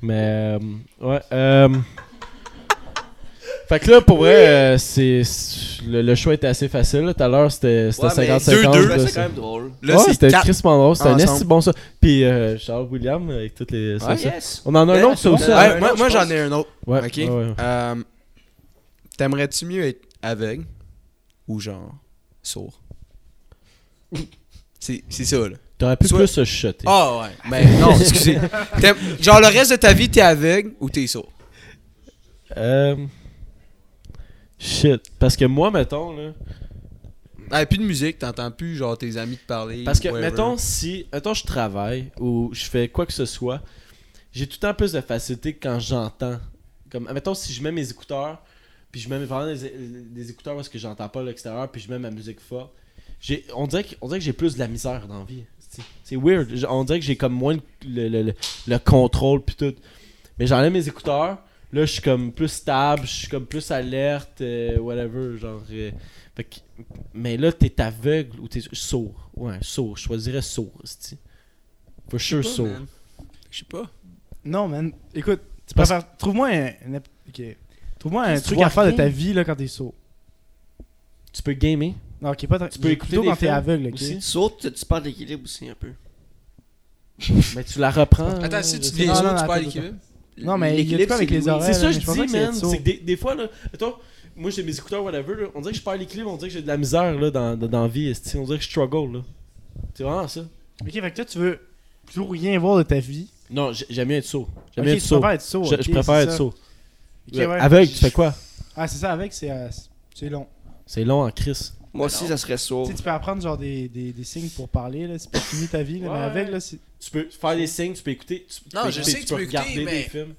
Mais euh, ouais. Euh... Fait que là, pour vrai, euh, c'est c'est- le, le choix était assez facile. là. Tout à l'heure, c'était c'était Ouais, mais 50-50. deux-deux, là, C'est c'est- quand même drôle. Là, ouais, c'est c'était quatre. Chris Mandor, c'était un ensemble. esti bon ça. Puis euh, Charles William avec toutes les. ça, ça. yes! On en a Ouais, un autre, ça ouais. aussi. Ouais. hein? un Ouais, moi, autre, moi je j'en pense. ai un autre. Ouais, Ok. ouais, ouais. Euh, T'aimerais-tu mieux être aveugle ou genre sourd C'est c'est ça, là. T'aurais pu Soit- plus se shotter. Ah ouais. Mais non, excusez. T'aimes- genre le reste de ta vie, t'es aveugle ou t'es sourd Euh... Shit. Parce que moi, mettons, là. Ah, plus de musique, t'entends plus genre tes amis te parler. Parce que, whatever. mettons, si mettons, je travaille ou je fais quoi que ce soit, j'ai tout le temps plus de facilité que quand j'entends. Comme, mettons, si je mets mes écouteurs, puis je mets mes- vraiment des, des écouteurs parce que j'entends pas l'extérieur, puis je mets ma musique forte, j'ai, on, dirait que, on dirait que j'ai plus de la misère dans la vie. C'est- C'est weird. Je- On dirait que j'ai comme moins le, le, le- le contrôle, puis tout. Mais j'enlève mes écouteurs, là, je suis comme plus stable, je suis comme plus alerte, euh, whatever, genre. euh, fait que- mais là, t'es aveugle ou t'es sourd. Ouais, sourd. Je choisirais sourd, c'ti. For sure, Je sais pas, sourd. man. Je sais pas. Non, man. Écoute, tu Parce- préfères. Trouve-moi un. un- ok. Trouve-moi un Tu truc vois à faire de rien. ta vie, là, quand t'es sourd. Tu peux gamer Non, ok, pas Tu peux écouter plutôt des quand t'es films aveugle, ok. aussi. Saute, tu- tu perds l'équilibre aussi un peu. Mais tu la reprends. Attends, euh, si je tu sais deviens non, sourd, non, tu attends, parles l'équilibre. Bah, Non, mais il y a de L'équilibre, quoi avec c'est les l'ouïe. C'est oreilles? ça Ouais, je mais je pense dis, que c'est man. sourd. C'est que des, des fois, là, attends, moi j'ai mes écouteurs, whatever, là, on dirait que je perds l'équilibre, on dirait que j'ai de la misère là, dans, dans, dans la vie, esti. on dirait que je struggle. là. C'est vraiment ça. Ok, fait que toi, tu veux plus rien voir de ta vie. Non, j'ai- j'aime mieux être sourd. J'aime Ok, mieux tu être sourd. préfères être sourd. Je, ok, je c'est préfère être ça. sourd. Ok, ouais. Aveugle, tu fais quoi Ah, c'est ça, avec, c'est euh, c'est long. C'est long en crise. Moi aussi, ça serait sourd. Tu sais, tu peux apprendre genre des, des, des signes pour parler, là. C'est pas fini ta vie, là, Ouais. mais avec, là, c'est. Tu peux faire des signes, tu peux écouter. Tu, Non, je sais que tu peux écouter, regarder mais- des films.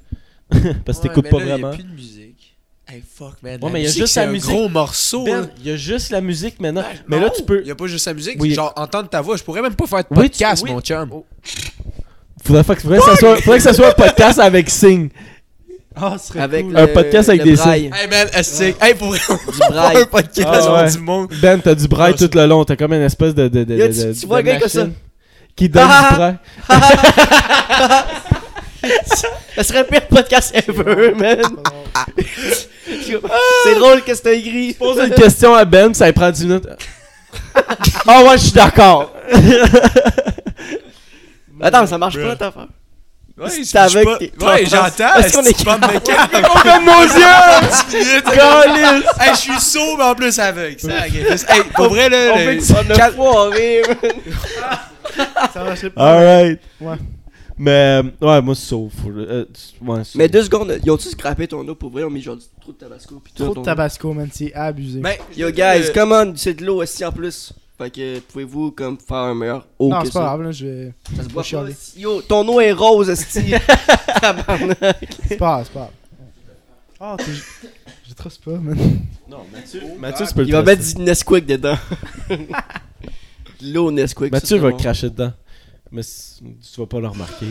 <laughs> Parce que t'écoutes pas vraiment. Il y a plus de musique. Hey fuck man. Ouais, mais il y a musique, juste c'est la un musique. gros morceau. Ben, hein. il y a juste la musique maintenant. Ben, mais non, là, tu peux. Il y a pas juste la musique, Oui. genre entendre ta voix, je pourrais même pas faire de Oui, tu- podcast oui. Oh, mon chum. Faudrait, fa- faudrait que ça soit, faudrait que ça soit un podcast avec signe. Ah, ce serait Avec cool. le, Un podcast avec le des braille. Hey man, est hey pour Du braille. <laughs> un podcast oh. Ah, genre ouais. du monde. Ben, t'as du braille Ah, tout le long. T'as comme une espèce de. de, de, Yo, de- tu- de- tu vois de le gars comme ça? machine Qui donne du braille. Ça serait le pire podcast ever, man. Ah, C'est drôle que c'était écrit. Pose une question à Ben, ça lui prend 10 <laughs> minutes. Ah ouais, je suis d'accord. Attends, ça marche pas, ta affaire. Ouais, Si je- t'es je suis avec, pas- t'es- Ouais, t'en j'entends. Est-ce qu'on est-ce est que tu <laughs> parles de mec- On <laughs> ferme nos yeux! Calisse! Hey, je suis sourd mais en plus aveugle. Ça, ok. Hey, pour vrai On là, fait le- du fun Cal- de foiré, man. Ça marcherait pas. Alright. Ouais. Mais, euh, ouais, moi, c'est sauf. Euh, tu- ouais, c'est- Mais deux secondes, ils ont-tu scrappé ton eau pour vrai? Ils ont mis genre du trou de tabasco. Pis tout Trop ton eau. de tabasco, man, c'est abusé. Ben, Yo, guys, euh, come on, c'est de l'eau aussi en plus. Fait que pouvez-vous comme faire un meilleur eau non, que c'est pas ça? grave, là, je vais. Ça se boit Je suis pas. allé. Yo, ton eau est rose, <laughs> esti. Tabarnak. C'est pas grave, c'est pas grave. Ah, t'es. Je trace pas, man. Non, Mathieu, Mathieu, tu peux le Il va tester. mettre du Nesquik dedans. <laughs> De l'eau Nesquik. ça, Mathieu c'est va bon. cracher dedans. Mais c- tu vas pas le remarquer.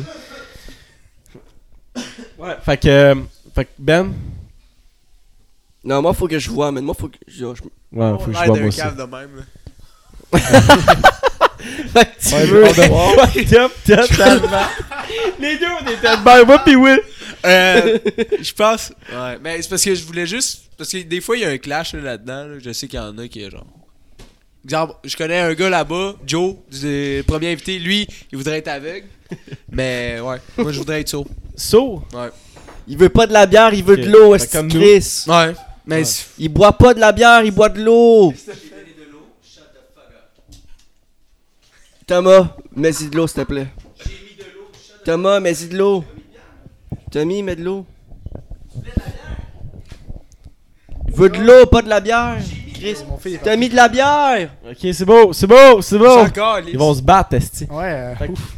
Ouais. Fait que, euh, fait que Ben. Non, moi faut que <laughs> je vois, mais moi faut que. je- je- Ouais, faut que je l'air vois d'un moi aussi. cave de même. là. Fait que tu Ouais, veux. j'ai hâte de <laughs> Fucked up, totalement. Les deux, on était de ben, moi pis Will. <laughs> Euh, je pense. Ouais, mais c'est parce que je voulais juste. Parce que des fois, il y a un clash là, là-dedans. là. je sais qu'il y en a qui est genre. Exemple, je connais un gars là-bas, Joe, du premier invité. Lui, il voudrait être <laughs> aveugle. Mais ouais, moi, je voudrais être sourd. So, Ouais. Il veut pas de la bière, il veut Ok. de l'eau, est-ce Fait comme que Chris? Ouais. Mais c'est- Il boit pas de la bière, il boit de l'eau! Thomas, mets-y de l'eau, s'il te plaît. Thomas, mets-y de l'eau. Tommy, mets de l'eau. Il veut de l'eau, pas de la bière. Chris, Mon fils, il est t'as mis de la bière! Oh. ok, c'est beau, c'est beau, c'est c'est beau. encore. les- Ils vont se battre, Esti. parti. Ouais. euh, ouf.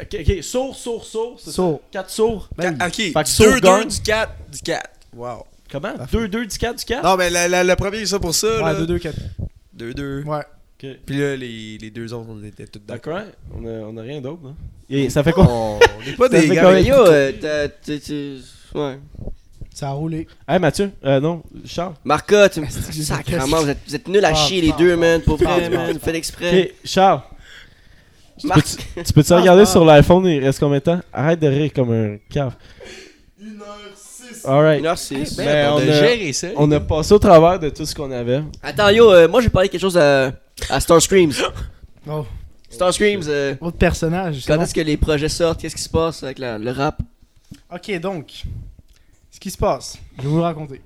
Ok, ok, sourd, sourd, sourd. c'est Sourd. ça? Quatre sourds. Ben, Ca- Ok, que sourd 2-2 gagne. du 4. Du 4. Wow. Comment 2, 2, 10, 4, 10, 4 Non, mais la- la- le premier, c'est ça pour ça. Ouais, 2 là. 2 4. 2-2. Ouais. Puis là, les, les deux autres, on était tous d'accord. D'accord, hein. on a, on a rien d'autre. hein. Et ça fait quoi On n'est pas Ça des fait gars. combien? Mais Ouais, yo, euh, t'as- t'es- t'es- Ouais. Ça a roulé. Hey Mathieu, euh, non, Charles. Marca, <laughs> tu me. j'ai des Sacrement, vous êtes, vous êtes nuls à Ah, chier les bah, ah, deux, man. Pour vrai, ah, man. ah, Vous faites exprès. Ok, Charles. bah. Tu Marc. peux-tu tu peux-tu regarder sur l'iPhone, il reste combien de temps Arrête de rire comme un cave. 1h06. Alright. 1h06. Ben, on on a- a géré ça. On a passé au travers de tout ce qu'on avait. Attends, yo, euh, moi j'ai parlé de quelque chose à, à Star <gasps> Screams. Oh, Star Screams, euh, autre personnage. c'est quand bon. est-ce que les projets sortent Qu'est-ce qui se passe avec la- le rap Ok, donc, ce qui se passe, je vais vous le raconter.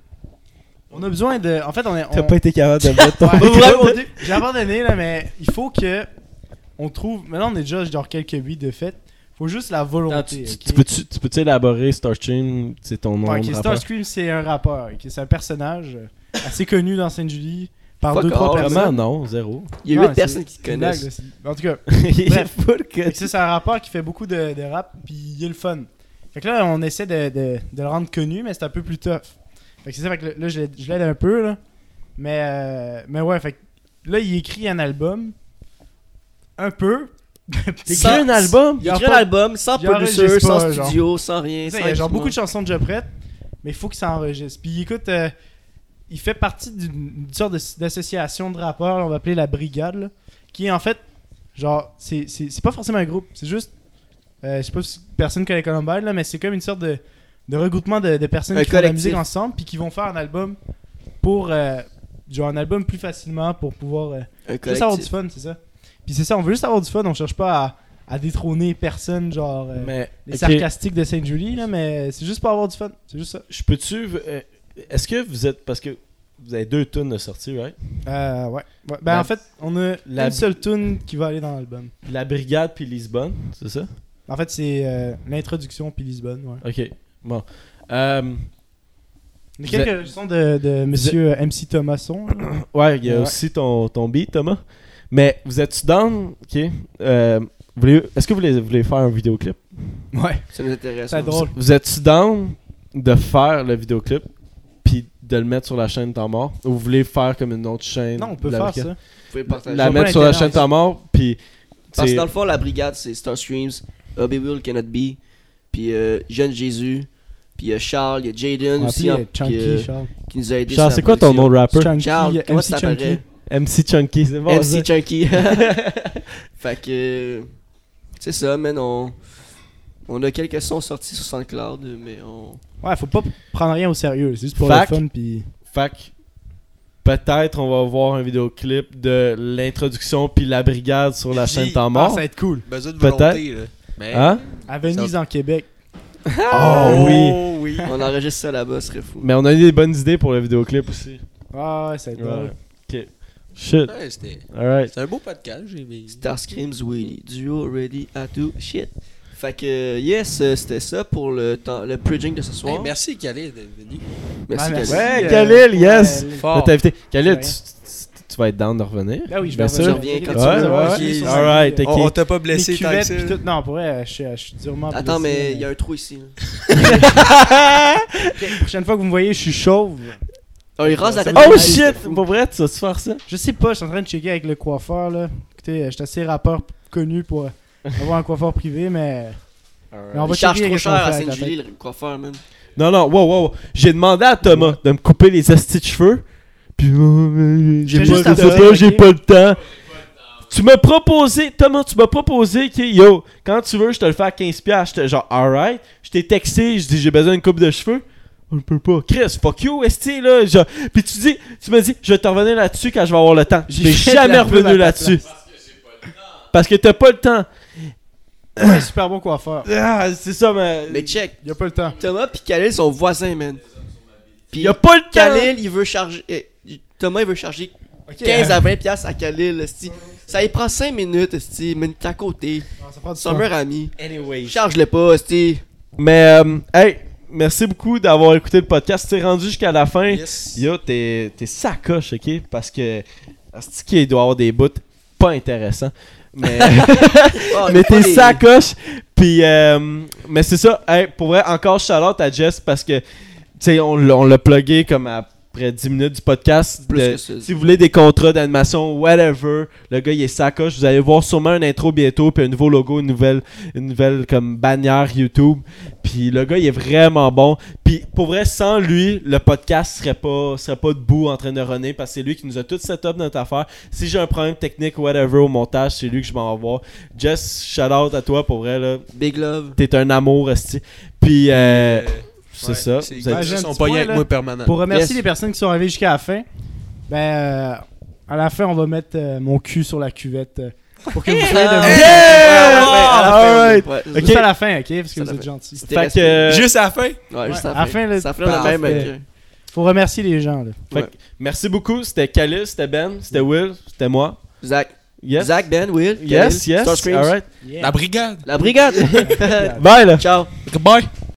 On a besoin de. En fait, on est. T'as on- pas été capable de mettre ton. <laughs> Ouais, Vous racontez. J'ai abandonné, là, mais il faut que. On trouve. Maintenant, on est déjà genre quelques beats de fait. Faut juste la volonté. Tu- ok? Tu peux-tu tu peux-tu élaborer Starstream C'est ton nom. Ouais, de ok, rappeur? Starscream, c'est un rappeur. ok? C'est un personnage euh, assez connu dans Sainte-Julie par Fuck deux, off. trois Vraiment, personnes. non, zéro. Il y a Non, 8 mais personnes c'est- qui te c'est une connaissent. blague, là, c'est- en tout cas, Il est <laughs> Bref. full Fait que- que ça, c'est un rappeur qui fait beaucoup de, de rap, puis il est le fun. Fait que là, on essaie de, de- de le rendre connu, mais c'est un peu plus tough. Fait que c'est ça, fait que là, je l'aide- je l'aide un peu, là. Mais, euh, mais ouais, fait que là, il écrit un album. Un peu. T'as écrit un album Il y a Il écrit pas- un album sans il y a producer, enregistre sans pas, genre. studio, sans rien. Tu sais, sans Il y a genre équipement. beaucoup de chansons déjà prêtes, mais il faut que ça enregistre. Puis écoute, euh, il fait partie d'une d'une sorte de- d'association de rappeurs, on va appeler la Brigade, là, qui est en fait, genre, c'est c'est- c'est pas forcément un groupe, c'est juste, euh, je sais pas si personne connaît Columbine, là, mais c'est comme une sorte de, de regroupement de, de personnes Un qui font de la collectif. musique ensemble, puis qui vont faire un album pour, euh, genre, un album plus facilement pour pouvoir. euh, Un juste avoir du collectif. fun, c'est ça. Puis c'est ça, on veut juste avoir du fun, on cherche pas à, à détrôner personne, genre. euh, Mais. les ok, sarcastiques de Sainte-Julie, là, mais c'est juste pour avoir du fun. C'est juste ça. Je peux-tu. euh, Est-ce que vous êtes. Parce que vous avez deux tonnes de sortie, right Euh, ouais. ouais. Ben, La- en fait, on a la- une seule tune qui va aller dans l'album. La Brigade puis Lisbonne, c'est ça En fait, c'est euh, l'introduction puis Lisbonne, ouais. Ok. Bon. Euh, Il Vous y a quelques sons de, de monsieur euh, MC Thomasson. là. ouais, il y a Ouais. aussi ton, ton beat, Thomas. Mais vous êtes-tu down Ok. Euh, voulez- Est-ce que vous voulez, voulez faire un vidéoclip ouais. Ça nous intéresse. C'est on- drôle. Vous êtes-tu down de faire le vidéoclip puis de le mettre sur la chaîne Temps Mort Ou vous voulez faire comme une autre chaîne Non, on peut de la faire Brigade? ça. Vous pouvez partager. La vois pas mettre sur la l'intérêt, chaîne Temps Mort puis. Parce t'sais, que dans le fond, la brigade, c'est Star Streams, Hobby Will Cannot Be, puis euh, Jeune Jésus, puis il y a Charles, il y a Jaden On aussi, va hein, appeler, euh, qui, Chunky, euh, Charles. qui nous a aidé. Charles, sur la c'est quoi ton nom production. de rappeur Chunky, Charles, euh, comment MC ça t'apparaît? MC Chunky, c'est bon. ça. MC <laughs> Chunky. <laughs> fait que. C'est ça, man. On, on a quelques sons sortis sur SoundCloud, mais on. Ouais, faut pas prendre rien au sérieux. C'est juste pour Fac. le fun, puis. Fait que peut-être on va voir un vidéoclip de l'introduction puis la brigade sur la J'ai- chaîne Temps Ah, mort. ça va être cool. Besoin de Peut-être. volonté, là. Mais... Hein? À Venise, en Québec. Ah, Ah Oh oui! <laughs> oui. On enregistre ça là-bas, ce serait fou. Mais on a eu des bonnes idées pour le vidéoclip aussi. Ah, ouais, ça va être drôle. Ok. Shit. Ouais, c'était Alright. c'était un beau podcast, j'ai aimé. Star Screams Willy, duo ready à do shit. Fait que, yes, euh, c'était ça pour le, temps, le bridging de ce soir. Hey, merci Khalid d'être venu. Merci, Ah, merci. Calais. Ouais, euh, Khalil, yes! ouais, On va Fort. t'inviter. Khalil, C'est tu, tu- tu vas être down de revenir? Ah oui, je Bien vais sûr. revenir. Je reviens quand tu veux. Ouais, ouais. Alright, On, on t'a pas Les blessé tant que cuvettes ça. pis tout. Non, pour vrai, je suis- je suis durement Attends, mais blessé, il <laughs> y a un trou ici. là. La prochaine fois que vous me voyez, je suis chauve. Oh, il rase la tête. Oh de- shit! Pour vrai, tu vas-tu faire ça? Je sais pas, je suis en train de checker avec le coiffeur là. Écoutez, euh, je suis assez rappeur connu pour avoir un coiffeur privé, mais. mais on Il va charge checker trop qu'est-ce qu'on cher fait à avec la Sainte-Julie, le coiffeur, man. Non, non, wow, wow. wow. J'ai demandé à Thomas de me couper les astis de cheveux. Puis, oh, mais j'ai J'étais pas, juste à j'ai vous dire, pas- j'ai ok? pas le temps. Tu m'as proposé, Thomas, tu m'as proposé que yo, quand tu veux, je te le fais à 15$. piastres. J'étais genre, alright. Je t'ai texté, je dis, j'ai besoin d'une coupe de cheveux. On le peut pas. Chris, fuck you, esti, là. Je- Puis tu dis, tu me dis, je vais te revenir là-dessus quand je vais avoir le temps. J'ai fait de la jamais pub à revenu ta là-dessus. Parce que t'as pas le temps. un super bon coiffeur. Ah, c'est ça, mais. Mais check, Il a pas le temps. Thomas puis Khalil sont voisins, man. Puis y a pas le temps. Khalil, il veut charger. eh, Thomas, il veut charger euh, 15 à 20 piastres à Khalil, esti. Ça lui prend 5 minutes, esti, mais t'es à côté. Non, ça prend du Son temps. meilleur ami. Anyway. Charge-le pas, esti. Mais, euh, hey, merci beaucoup d'avoir écouté le podcast. T'es rendu jusqu'à la fin. Yes. Yo, t'es t'es sacoche, ok? Parce que. C'est qu'il doit avoir des bouts pas intéressants. Mais, <laughs> Oh, mais pas t'es des- sacoche. Puis, euh, mais c'est ça. Hey, pour vrai, encore shout-out à Jess parce que, tu sais, on, l'a- on l'a plugué comme après 10 minutes du podcast. Plus De- que ça. si vous voulez des contrats d'animation, whatever, le gars il est sacoche. Vous allez voir sûrement une intro bientôt, puis un nouveau logo, une nouvelle, une nouvelle comme bannière YouTube. Puis le gars il est vraiment bon. Puis pour vrai, sans lui, le podcast serait pas, serait pas debout en train de runner parce que c'est lui qui nous a tout setup notre affaire. Si j'ai un problème technique, whatever, au montage, c'est lui que je m'en vais voir. Jess, shout out à toi pour vrai là. Big love. T'es un amour, esti. Puis euh, Euh, c'est ouais, ça. C'est Vous êtes- Ah, j'ai un ils sont petit pas point, avec là. moi permanent. Pour euh, remercier Yes. les personnes qui sont arrivées jusqu'à la fin, ben euh, à la fin on va mettre euh, mon cul sur la cuvette euh, pour que vous <laughs> soyez de Ouais, ouais, ouais, Alright. ouais, à la fin, ouais. Ok. Juste à la fin, ok, parce que C'est à la vous êtes fin. gentils. C'était Fait respect. que- euh, Juste à la fin. Ouais, juste à Ouais, à la la fin, là, Ça ferait le parfait. même euh, avec. Faut remercier les gens là. Fait que, Ouais. merci beaucoup. C'était Calus, c'était Ben, c'était Will, c'était moi. Zach. Yes. Mm. Zach, Ben, Will. Yes, Khalil, Star yes. Screams. All right. La brigade. <laughs> La brigade. <laughs> Bye là. Ciao. Goodbye.